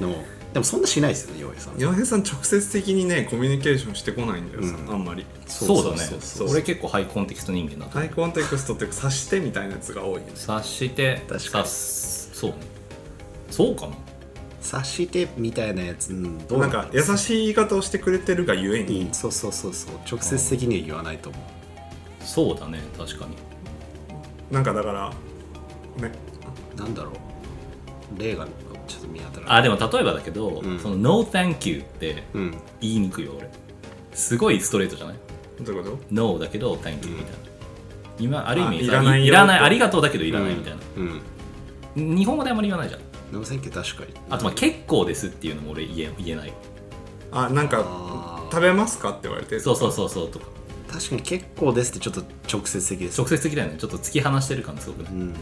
B: のでもそんなしないですよね洋平さん
E: 洋平さん直接的にねコミュニケーションしてこないんだよ、
B: うん
E: あんまり
A: そうだね
B: そう
A: 俺結構ハイコンテキスト人間だ
E: ハイコンテクストっていうか察してみたいなやつが多いよね
A: 察して
B: 確かに
A: 察すそうねそうかな
B: 察してみたいなやつ、うん、どう
E: なんか優しい言い方をしてくれてるがゆえに、
B: うんそうそうそうそう直接的には言わないと思う
A: そうだね確かに
E: なんかだからね
B: なんだろう例がちょっと見当たらない
A: あでも例えばだけど、
B: ん
A: その No thank you って
B: うん
A: 言いにくいよ俺すごいストレートじゃない
E: どういうこ
A: ?No だけど thank you みたいな、今ある意味
E: あ
A: さ
E: いらないよ
A: いらないありがとうだけどいらないみたいな、
B: うん
A: 日本語であんまり言わないじゃん
B: でも選挙確かに
A: あとまあ結構ですっていうのも俺言え言えない
E: とあなん
B: あ
E: か
B: ー
E: 食べますかって言われて
A: そうそうそうそうとか
B: 確かに結構ですってちょっと直接的です
A: 直接的だよねちょっと突き放してる感すごくない、
B: うん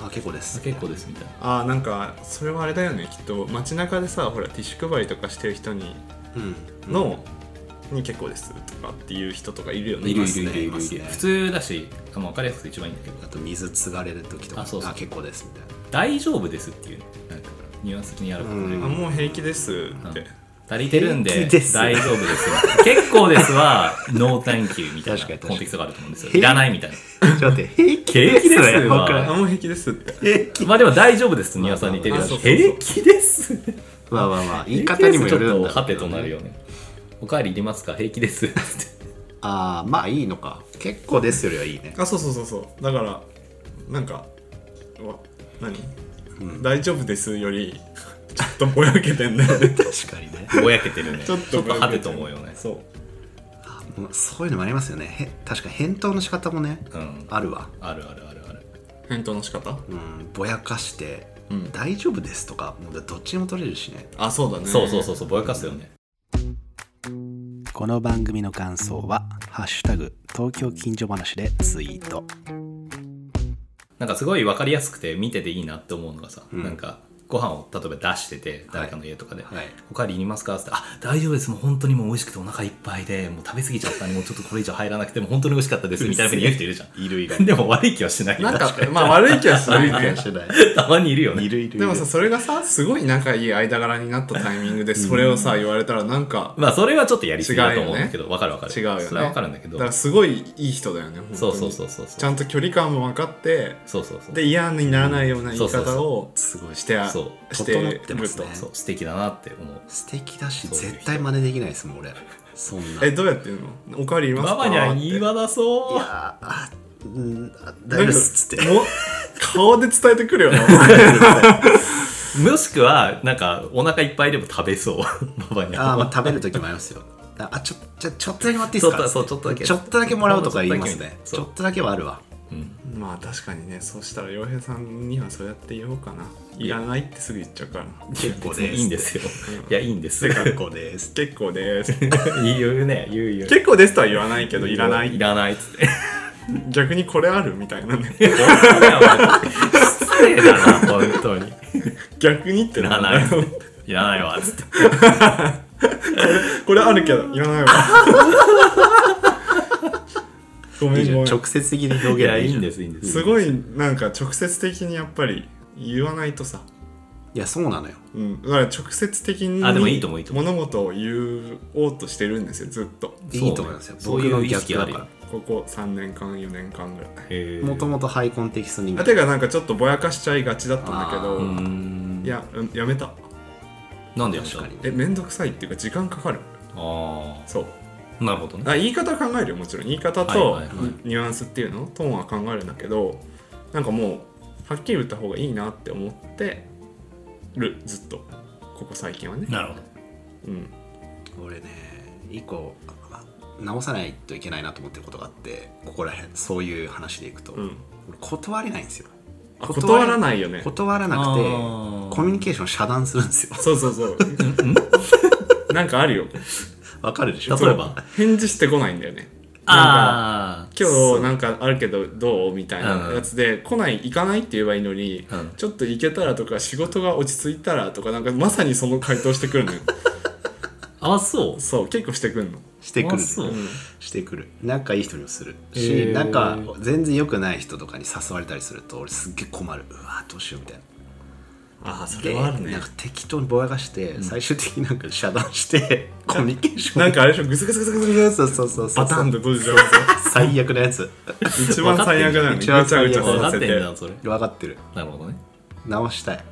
B: あ結構です
A: 結構ですみたいな
E: あーなんかそれはあれだよねきっと街中でさほらティッシュ配りとかしてる人に
B: うん
E: の、に結構ですとかっていう人とかいるよね
B: いる
E: ますね
B: いるいるいる
E: ますね
A: 普通だしあ分かりやすくて一番いいんだけど
B: あと水継がれる時とか
A: あそうそう
B: 結構ですみたいな
A: 「大丈夫です」っていうなんかニュアンス的にやることで、
B: う
E: あ
B: ん
E: もう平気ですって、
A: 足りてるん
B: 平
A: で
B: 気です
A: 大丈夫ですみたいな結構ですは「ノータンキュー」みたいな
B: 確かに確かに
A: コンテクストがあると思うんですよ
B: 平
A: いらないみたいな
B: ちょっと待って平気
A: 平気です
B: ね
A: は
B: 僕ら
E: あもう平気ですって
B: 平気
A: まあでも大丈夫ですニュアンスは似てる
E: あ
A: よ
E: そうそうそう
A: 平気です
B: まあまあまあ言い方にもよるん
A: ちょ
B: だ
A: っとはてとなるよねおかわりいりますか平気ですって
B: ああまあいいのか結構ですよりはいい
A: [LAUGHS]
B: ね
E: あそうそうそうそうだからなんかわ何、
B: うん
E: 大丈夫ですよりちょっとぼやけてんだ
A: [LAUGHS]
E: よね
B: 確かにね
A: ぼやけてるねちょっと
E: ぼやけ
A: はてと思うよね
E: そう
B: あもうそういうのもありますよねへ確かに返答の仕方もね
A: うん
B: あるわ
A: あるあるあるある
E: 返答の仕方
B: うんぼやかして
E: うん
B: 「大丈夫です」とかもうどっちにも取れるしね
E: あそうだね
A: そうそうそうそうぼやかすよね
B: この番組の感想は「ハッシュタグ東京近所話」でツイート
A: なんかすごい分かりやすくて見てていいなって思うのがさ、
B: うん
A: なんかご飯を例えば出してて誰かの家とかで「
B: はい
A: おかわりいりますか?」って言って「あ大丈夫ですもう本当にもう美味しくてお腹いっぱいでもう食べ過ぎちゃったんでもうちょっとこれ以上入らなくてもう本当に美味しかったです」みたいなふうに言う人いるじゃん
B: いるいる
A: でも悪い気はしないよ
E: なんかまあ悪い気はしないね
B: しない
A: [LAUGHS] たまにいるよね
B: いるいる
E: でもさそれがさすごい仲いい間柄になったタイミングでそれをさ言われたらなんか
A: まあそれはちょっとやりすぎだと思うんだけど、わかるわかる
E: 違うよね
A: それはわかるんだけど
E: だからすごいいい人だよね
A: そうそうそううそうそう
E: ちゃんと距離感も分かって
A: そうそうそう
E: で嫌にならないような言い
A: そうそう
E: 方
A: そ
E: を
B: すごい
E: してあ
A: そう
E: して
B: 整ってます
E: る
B: ね
A: そう素敵だなって思う
B: 素敵だし
A: そういう人
B: 絶対真似できないですもん俺そんな
E: とえどうやって言うのおかわりいりますか
A: ママには言わなそ
B: いうやあうんあ大丈夫ですっつって
E: もう顔で伝えてくるよな
A: もしくはなんかお腹いっぱいでも食べそう [LAUGHS] ママに
B: あーまあ
A: は
B: 食べる時もありますよだあちょじゃちょっとだけもらっていい
A: ちょ
B: です
A: っと
B: か
A: そうちょっとだけ
B: ちょっとだけもらうとか言いますね
A: そ
B: ち
A: う
B: ょっとだけはあるわ
A: うん
E: [LAUGHS] まあ確かにねそうしたら洋平さんにはそうやって言おうかないらないってすぐ言っちゃうから
B: 結構
A: いいんですよいやいいんですよ
B: 結構です
E: 結構です [LAUGHS]
A: 言うね言う言う
E: 結構ですとは言わないけどいらない
A: いらないっつって
E: 逆にこれあるみたいなね [LAUGHS]
A: 失礼だな本当に
E: 逆にって
A: いら
E: んだ
A: ない
E: よ
A: っつっていらないわっつって
E: [LAUGHS] これあるけどい
A: [LAUGHS]
E: らないわごめんごめん
B: 直接的に表現
A: いや
B: で
A: い
B: いい
A: い
B: じゃ
A: ん
B: ん
A: ですいいんです
E: すごいなんか直接的にやっぱり言わないとさ、
B: いやそうなのよ
E: うん、だから直接的に
A: あでもいいと思ういいと思
E: 物事を言おうとしてるんですよずっと
A: そう
B: いいと思いますよ
A: そう
B: 僕の
A: いう意
B: 逆
A: 識あるよ
B: だか
E: ここ3年間4年間ぐらい
A: へー
B: もともとハイコンテキスト人
E: あ
B: 間
E: てかなんかちょっとぼやかしちゃいがちだったんだけど、
B: あ
A: うーん
E: いやうんやめた
A: なんでやめた
B: 確かに
E: えめんどくさいっていうか時間かかる
A: あ
E: そう
A: あなるほどね
E: あ言い方は考えるよもちろん言い方
A: は
E: と
A: いはいはい
E: ニュアンスっていうのトーンは考えるんだけどなんかもうはっきり言った方がいいなって思ってるずっとここ最近はね、
A: なるほど
E: うん、
B: 俺ね一個あ直さないといけないなと思ってることがあってここら辺そういう話でいくと、
E: うん
B: 俺断れないんですよ
E: あ断らないよね
B: 断らなくて
A: あー
B: コミュニケーション遮断するんですよ
E: そうそ
A: [LAUGHS]
E: うそうなんかあるよ
B: わかるでしょ
A: 例えば
E: 返事してこないんだよね
A: ああ
E: 今日なんかあるけどどうみたいな
A: うん
E: やつで、来ない行かないって言えばいいのに、
A: うん
E: ちょっと行けたらとか仕事が落ち着いたらとかなんかまさにその回答してくるの [LAUGHS] よ
A: あそう
E: そう結構してくるの
B: してく
A: あ
B: る
A: そう
B: してくる仲いい人にもする
A: へ
B: し
A: ー
B: なんか全然良くない人とかに誘われたりすると俺すっげえ困るうわどうしようみたいな
E: ああそ
B: でなんか適当にぼやかして最終的になんか遮断してコミュニケーション
E: なんかあれでしょグズグズグズグズグズ
B: そうそうそうそう
E: バタンって閉じちゃうや
B: 最悪なやつ
E: つ一番最悪なのにぐ
B: 一
E: ちゃ
B: 番
E: ぐちゃ
B: 最悪
A: 分か
E: さ
A: って
E: せ
A: ん
E: て
A: だよそれ
B: 分かってる
A: なるほどね
B: 直したい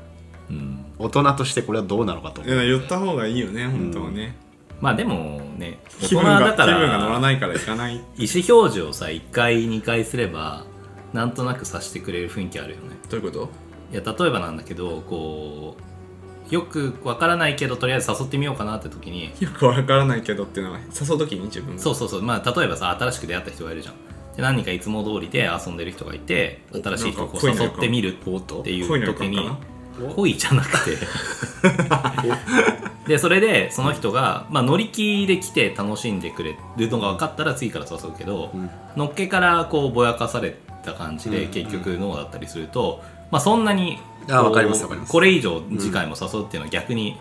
A: うん
B: 大人としてこれはどうなのかと
E: い
B: 思う
E: や言った方がいいよね本当はね、
A: まあでもね大
E: 気
A: 人
E: 分が
A: だか
E: 気分が乗ら
A: ら
E: ないから行かない
A: 意思表示をさ1回2回すればなんとなくさしてくれる雰囲気あるよね
E: どういうこと
A: いや例えばなんだけどこうよくわからないけどとりあえず誘ってみようかなって時に
E: よくわからないけどっていうのは誘う時に自分が
A: そうそうそうまあ例えばさ新しく出会った人がいるじゃんで何人かいつも通りで遊んでる人がいて新しい人をこう
E: なんか
A: 誘ってみるっていう
E: 恋の予
A: 時
E: 感か
A: に
E: な
A: 恋じゃなくてでそれでその人が、まあ、乗り気で来て楽しんでくれるのが分かったら次から誘うけど、
B: ん
A: のっけからこうぼやかされった感じで結局ノーだったりすると、まあ、そんなに
B: あ
A: こう
B: わかりますわかります
A: これ以上次回も誘うっていうのは逆に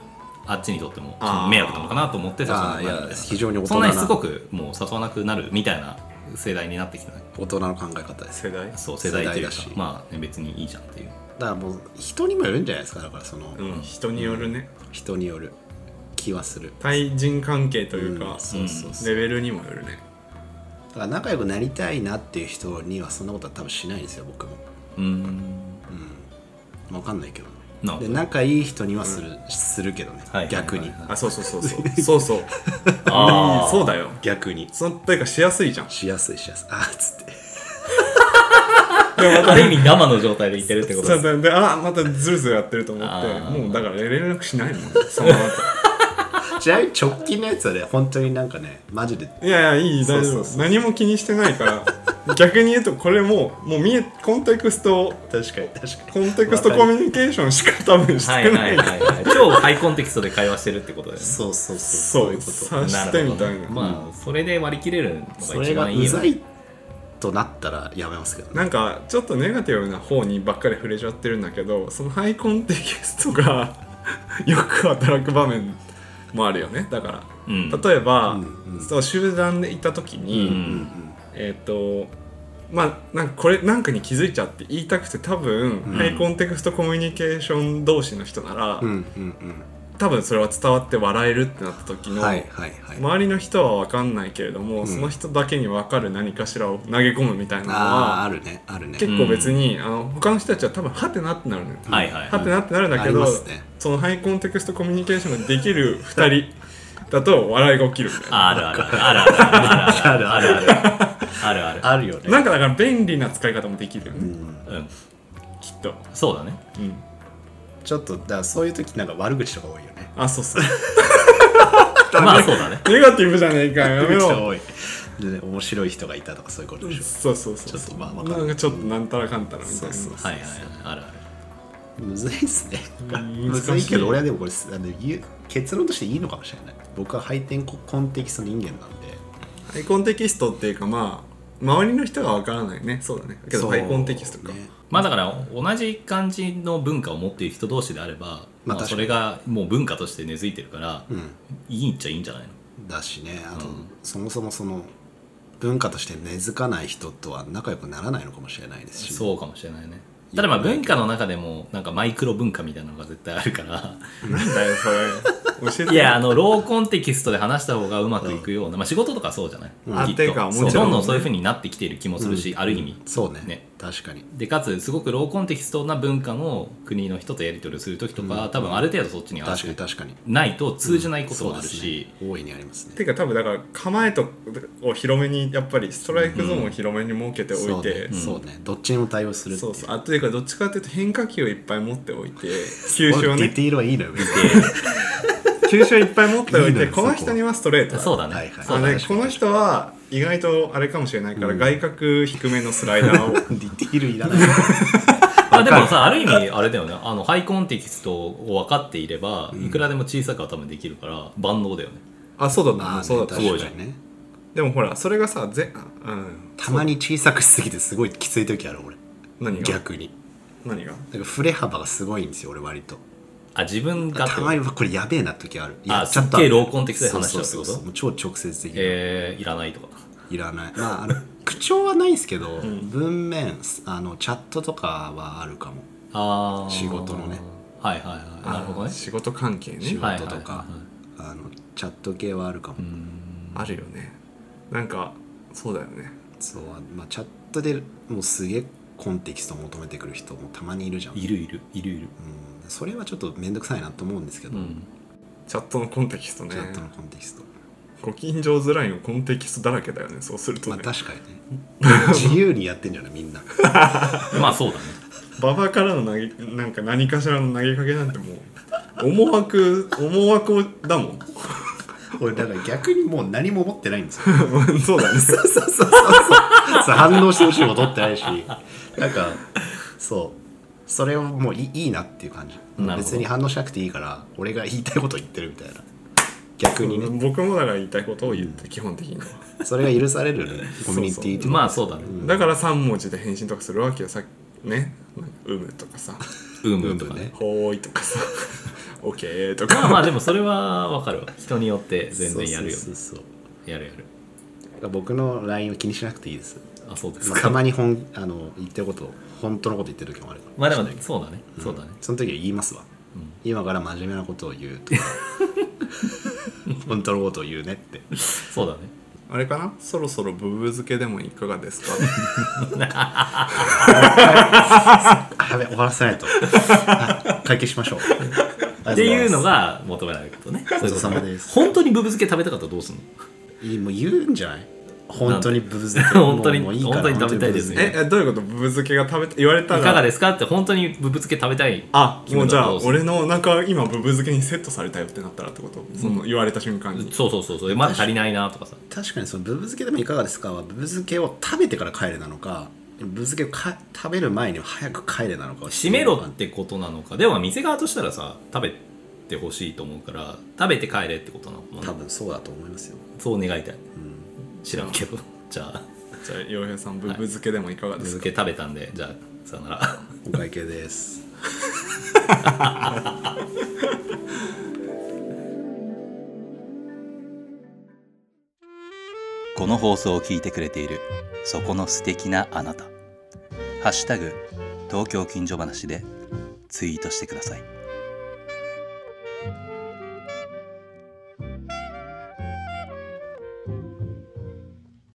A: あっちにとっても
E: あー
A: 迷惑なのかなと思って誘わな
B: あ
A: く
B: ーい
A: なるみ
B: や
A: たいな
B: 非常に
A: そ
B: 大人
A: んな
B: な
A: にしつこくもう誘わなくなるみたいな世代になってきてない
B: 大人の考え方です
E: 世代
A: そう世代というか
B: 世代だし
A: まあね、別にいいじゃんっていう
B: だからもう人にもよるんじゃないですかだからその、
E: うん人によるね
B: 人による気はする
E: 対人関係というか
B: んそうそうそう
E: レベルにもよるね
B: だから仲良くなりたいなっていう人にはそんなことは多分しないんですよ僕も
A: うーん
B: 分かんないけどね
A: なるほ
B: で
A: ど
B: 仲いい人にはする,、するけどね、
A: はい
B: 逆に、
A: はいはいはい
E: あそうそうそうそうそうそうあ
A: ー
E: そうだよ
B: 逆に
E: そのというかしやすいじゃん
B: しやすいしやすいあーっつって
A: ある意味生の状態でいてるってこと
E: そ
A: で
E: う
A: す
E: そうであまたズルズルやってると思
A: あ
E: って
A: ー
E: もうだから連絡しないもんその後
B: ちなみに直近のやつはね本当になんかねマジで
E: いやいやいい大
B: そうそ
E: 丈
B: うそ
E: 夫
B: う
E: 何も気にしてないから逆に言うとこれもうもう見えコンテクスト
B: 確かに確か
E: コンテクストコミュニケーションしか多分して
A: は
E: ないい、
A: はいはいはい超ハイコンテキストで会話してるってことだよね
B: そうそうそうそ
E: そう
B: ういうこと
E: 察してみたいな
A: まあそれで割り切れるの
B: そ
A: が
B: れ
A: 一
B: が
A: 番いいうよ
B: ざ
A: ね
B: いとなったらやめますけどね
E: なんかちょっとネガティブな方にばっかり触れちゃってるんだけどそのハイコンテキストが [LAUGHS] よく働く場面もあるよねだから、
A: うん
E: 例えば、
B: うんうん
E: そう集団でいた時に、
A: うん
E: えっ、とまあなんかこれなんかに気づいちゃって言いたくて多分、ハイコンテクストコミュニケーション同士の人なら、
B: うんうん
E: 多分それは伝わって笑えるってなった時
B: うん
E: の、
B: はいはいはい、
E: 周りの人は分かんないけれども、その人だけに分かる何かしらを投げ込むみたいなの
B: ああ
E: は
B: あるねあるね
E: 結構別に、あの他の人たちは多分ハテナってなるのよ、
A: はいはい
E: ハテナってなるんだけ
B: あり
E: ど、
B: ますね
E: そのハイコンテクストコミュニケーションができる2人だと笑いが起きるみたいな
A: あるあるあるあるあ
B: [LAUGHS]
A: るあるあるあるあるあるある
B: あるよね
E: なんかだから便利な使い方もできるよね、
A: うん
E: きっと、
A: そうだね
E: うん、
B: ちょっとだからそういう時なんか悪口とか多いよね
E: あそうそう
A: まあそうだね
E: ネガティブじゃねえかやめ
B: 悪口が
E: ろ
B: 多いでね面白い人がいたとかそういうこと [LAUGHS] でしょ
E: そうそうそう
B: ちょっとまあわかる
E: なんかちょっとなんたらかんたらみたいな
B: そう
A: はいはいはいあるある
B: むずいっすね
E: ん
B: むずいけ
E: 難しい
B: ど俺はでもこれあの言う結論としていいのかもしれない僕はハイテンココンテキスト人間なんで
E: ハイコンテキストっていうかまあ周りの人がわからないねそうだねけどハイコンテキストか、
B: そうね
A: まあだから同じ感じの文化を持っている人同士であれば、ま
B: まあ確か
A: あ、
B: に
A: それがもう文化として根付いてるから、
B: うん
A: いいっちゃいいんじゃないの
B: だしねあと、
A: うん
B: そもそもその文化として根付かない人とは仲良くならないのかもしれないですし
A: そうかもしれないねただまあ文化の中でもなんかマイクロ文化みたいなのが絶対あるから
E: なんだよそれ教えて
A: いやあのローコンテキストで話した方がうまくいくような、まあ、仕事とかそうじゃない、
E: ん
A: きっ
E: あていうか
A: と
E: もち
A: そ
E: ろ
A: うど
E: ん
A: んどんそういうふうになってきている気もするし、ある意味、
B: そうね
A: ね
B: 確かに
A: でかつすごくローコンテキストな文化の国の人とやり取りをする時とか、多分ある程度そっちに合わせ
B: 確かに
A: て
B: 確かに
A: ないと通じないこともある
B: そうで
A: し、
B: すね大いにありますね
E: ていうか多分だから構えとを広めにやっぱりストライクゾーンを広めに設けておいて、
B: そうね,、そうねどっちにも対応するってい
E: そうそうあというかどっちかっていうと変化球をいっぱい持っておいて球
B: おい
E: 種を
B: デ
E: ね
B: ィティールはいいのよ別に
E: 球種をいっぱい持っておい
B: いいの
E: て
B: よそこ
E: この人にはストレート
A: そうだね、
B: はいはい
A: そうだ
E: あ
A: ね
E: でこの人は意外とあれかもしれないから外角低めのスライダーを
B: ディティールいらない
A: [LAUGHS] あでもさある意味あれだよ
B: [LAUGHS]
A: ねあのハイコンテキストを分かっていれば、いくらでも小さくは多分できるから万能だよね
E: あそうだ
B: [LAUGHS] まあ
E: な
B: ね
E: そうだった
B: 確かにね
E: でもほらそれがさぜあうん
B: たまに小さくしすぎてすごいきつい時ある俺
E: 何が
B: 逆に
E: 何が
B: なんか振れ幅がすごいんですよ俺割と
A: あ自分がって
B: たまにこれやべえな時ある
A: あ
B: やっちゃった
A: すっげえローコンテキストで話しちゃうって
B: そ
A: こと
B: うそうそうもう超直接的に
A: えー、いらないとか
B: いらないまああの口調はないですけど、文面あのチャットとかはあるかも
A: あー
B: 仕事のね
A: はいはいはいなるほどね
E: 仕事関係ね
B: 仕
A: はい
B: 事とかあのチャット系はあるかも、
E: あるよねなんかそうだよね
B: そうまあチャットでもうすげえコンテキストを求めてくる人もたまにいるじゃん、うん
A: い、るいるいるいる
B: それはちょっと面倒くさいなと思うんですけど、
A: うん
E: チャットのコンテキストね
B: チャットのコンテキスト、
E: ご近所ズラインをコンテキストだらけだよねそうすると
B: まあ
E: ね、
B: 確かに [LAUGHS] ね自由にやってんじゃないみんな
A: まあそうだね
E: 馬場からの投げなんか何かしらの投げかけなんてもう思惑 [LAUGHS] 思惑だもん
B: [LAUGHS] 俺だから逆にもう何も持ってないんですよ
E: そうだね
B: [LAUGHS] そうそうそうそうそうそう反応してほしいも取ってないしなんかそうそれをもういいいいなっていう感じ
A: なるほど
B: 別に反応しなくていいから俺が言いたいこと言ってるみたいな逆にね
E: 僕もだから言いたいことを言って基本的には
B: それが許されるコミュニティ [LAUGHS] っていうの
A: ま
B: は
A: あそうだね。
E: だから3文字で返信とかするわけよさっきね「うむ」とかさ
A: うむとかね
B: ね。
E: 「ほーい」とかさ [LAUGHS] 「オッケー」と
A: まあまあ
E: か
A: でもそれはわかるわ。人によって全然やるよ。
B: そうそうそう
A: やるやる。
B: そう僕の LINE は気にしなくていいです
A: あ、そうです
B: まあ
A: か。
B: たま
A: ま
B: に本あの言ってること本当のこと言ってる時もあるから
A: あでもそうだね。そうだね。
B: その時は言いますわ、
A: うん
B: 今から真面目なことを言うとか [LAUGHS] 本当のことを言うねって
A: そうだね。
E: あれかなそろそろブブ漬けでもいかがですか
B: あやべ終わら
A: [LAUGHS]
B: せないとあ解決しましょう
A: っていうの
B: が
A: が求められることね。そういうこと
B: ごちそうさま
A: ね
B: です
A: 本当にブブ漬け食べたかったらどうすんの
B: もう言うんじゃない本当にブブ漬け
A: なんで [LAUGHS] 本当に
B: もうもういいから
A: 本当に食べたいです
E: ええどういうことブブ漬けが食べて言われたら
A: いかがですかって本当にブブ漬け食べたい。
E: あ
A: 気
E: もう
A: 分
E: じ
A: だ
E: ゃ
A: と
E: あ
A: どうする
E: 俺のお腹今ブブ漬けにセットされたよってなったらってこと、その言われた瞬間に
A: そうそうそうそう。まだ足りないなとかさ。
B: 確かにそのブブ漬けでもいかがですかはブブ漬けを食べてから帰れなのかブブ漬けをか食べる前に早く帰れなのか
A: 閉めろってことなのか。でも店側としたらさ、食べてほしいと思うから、食べて帰れってことなのかな
B: 多分そうだと思いますよ、
A: そう願いたい。
B: うん、
A: 知らんけど。 [LAUGHS] じゃあ、
E: じゃあ洋平さんブブ漬けでもいかが
A: ブブ
E: です
A: 漬
E: か、
A: け食べたんで、じゃあ、さよなら。
B: お会計です
F: この放送を聞いてくれているそこの素敵なあなた「ハッシュタグ東京近所話」でツイートしてください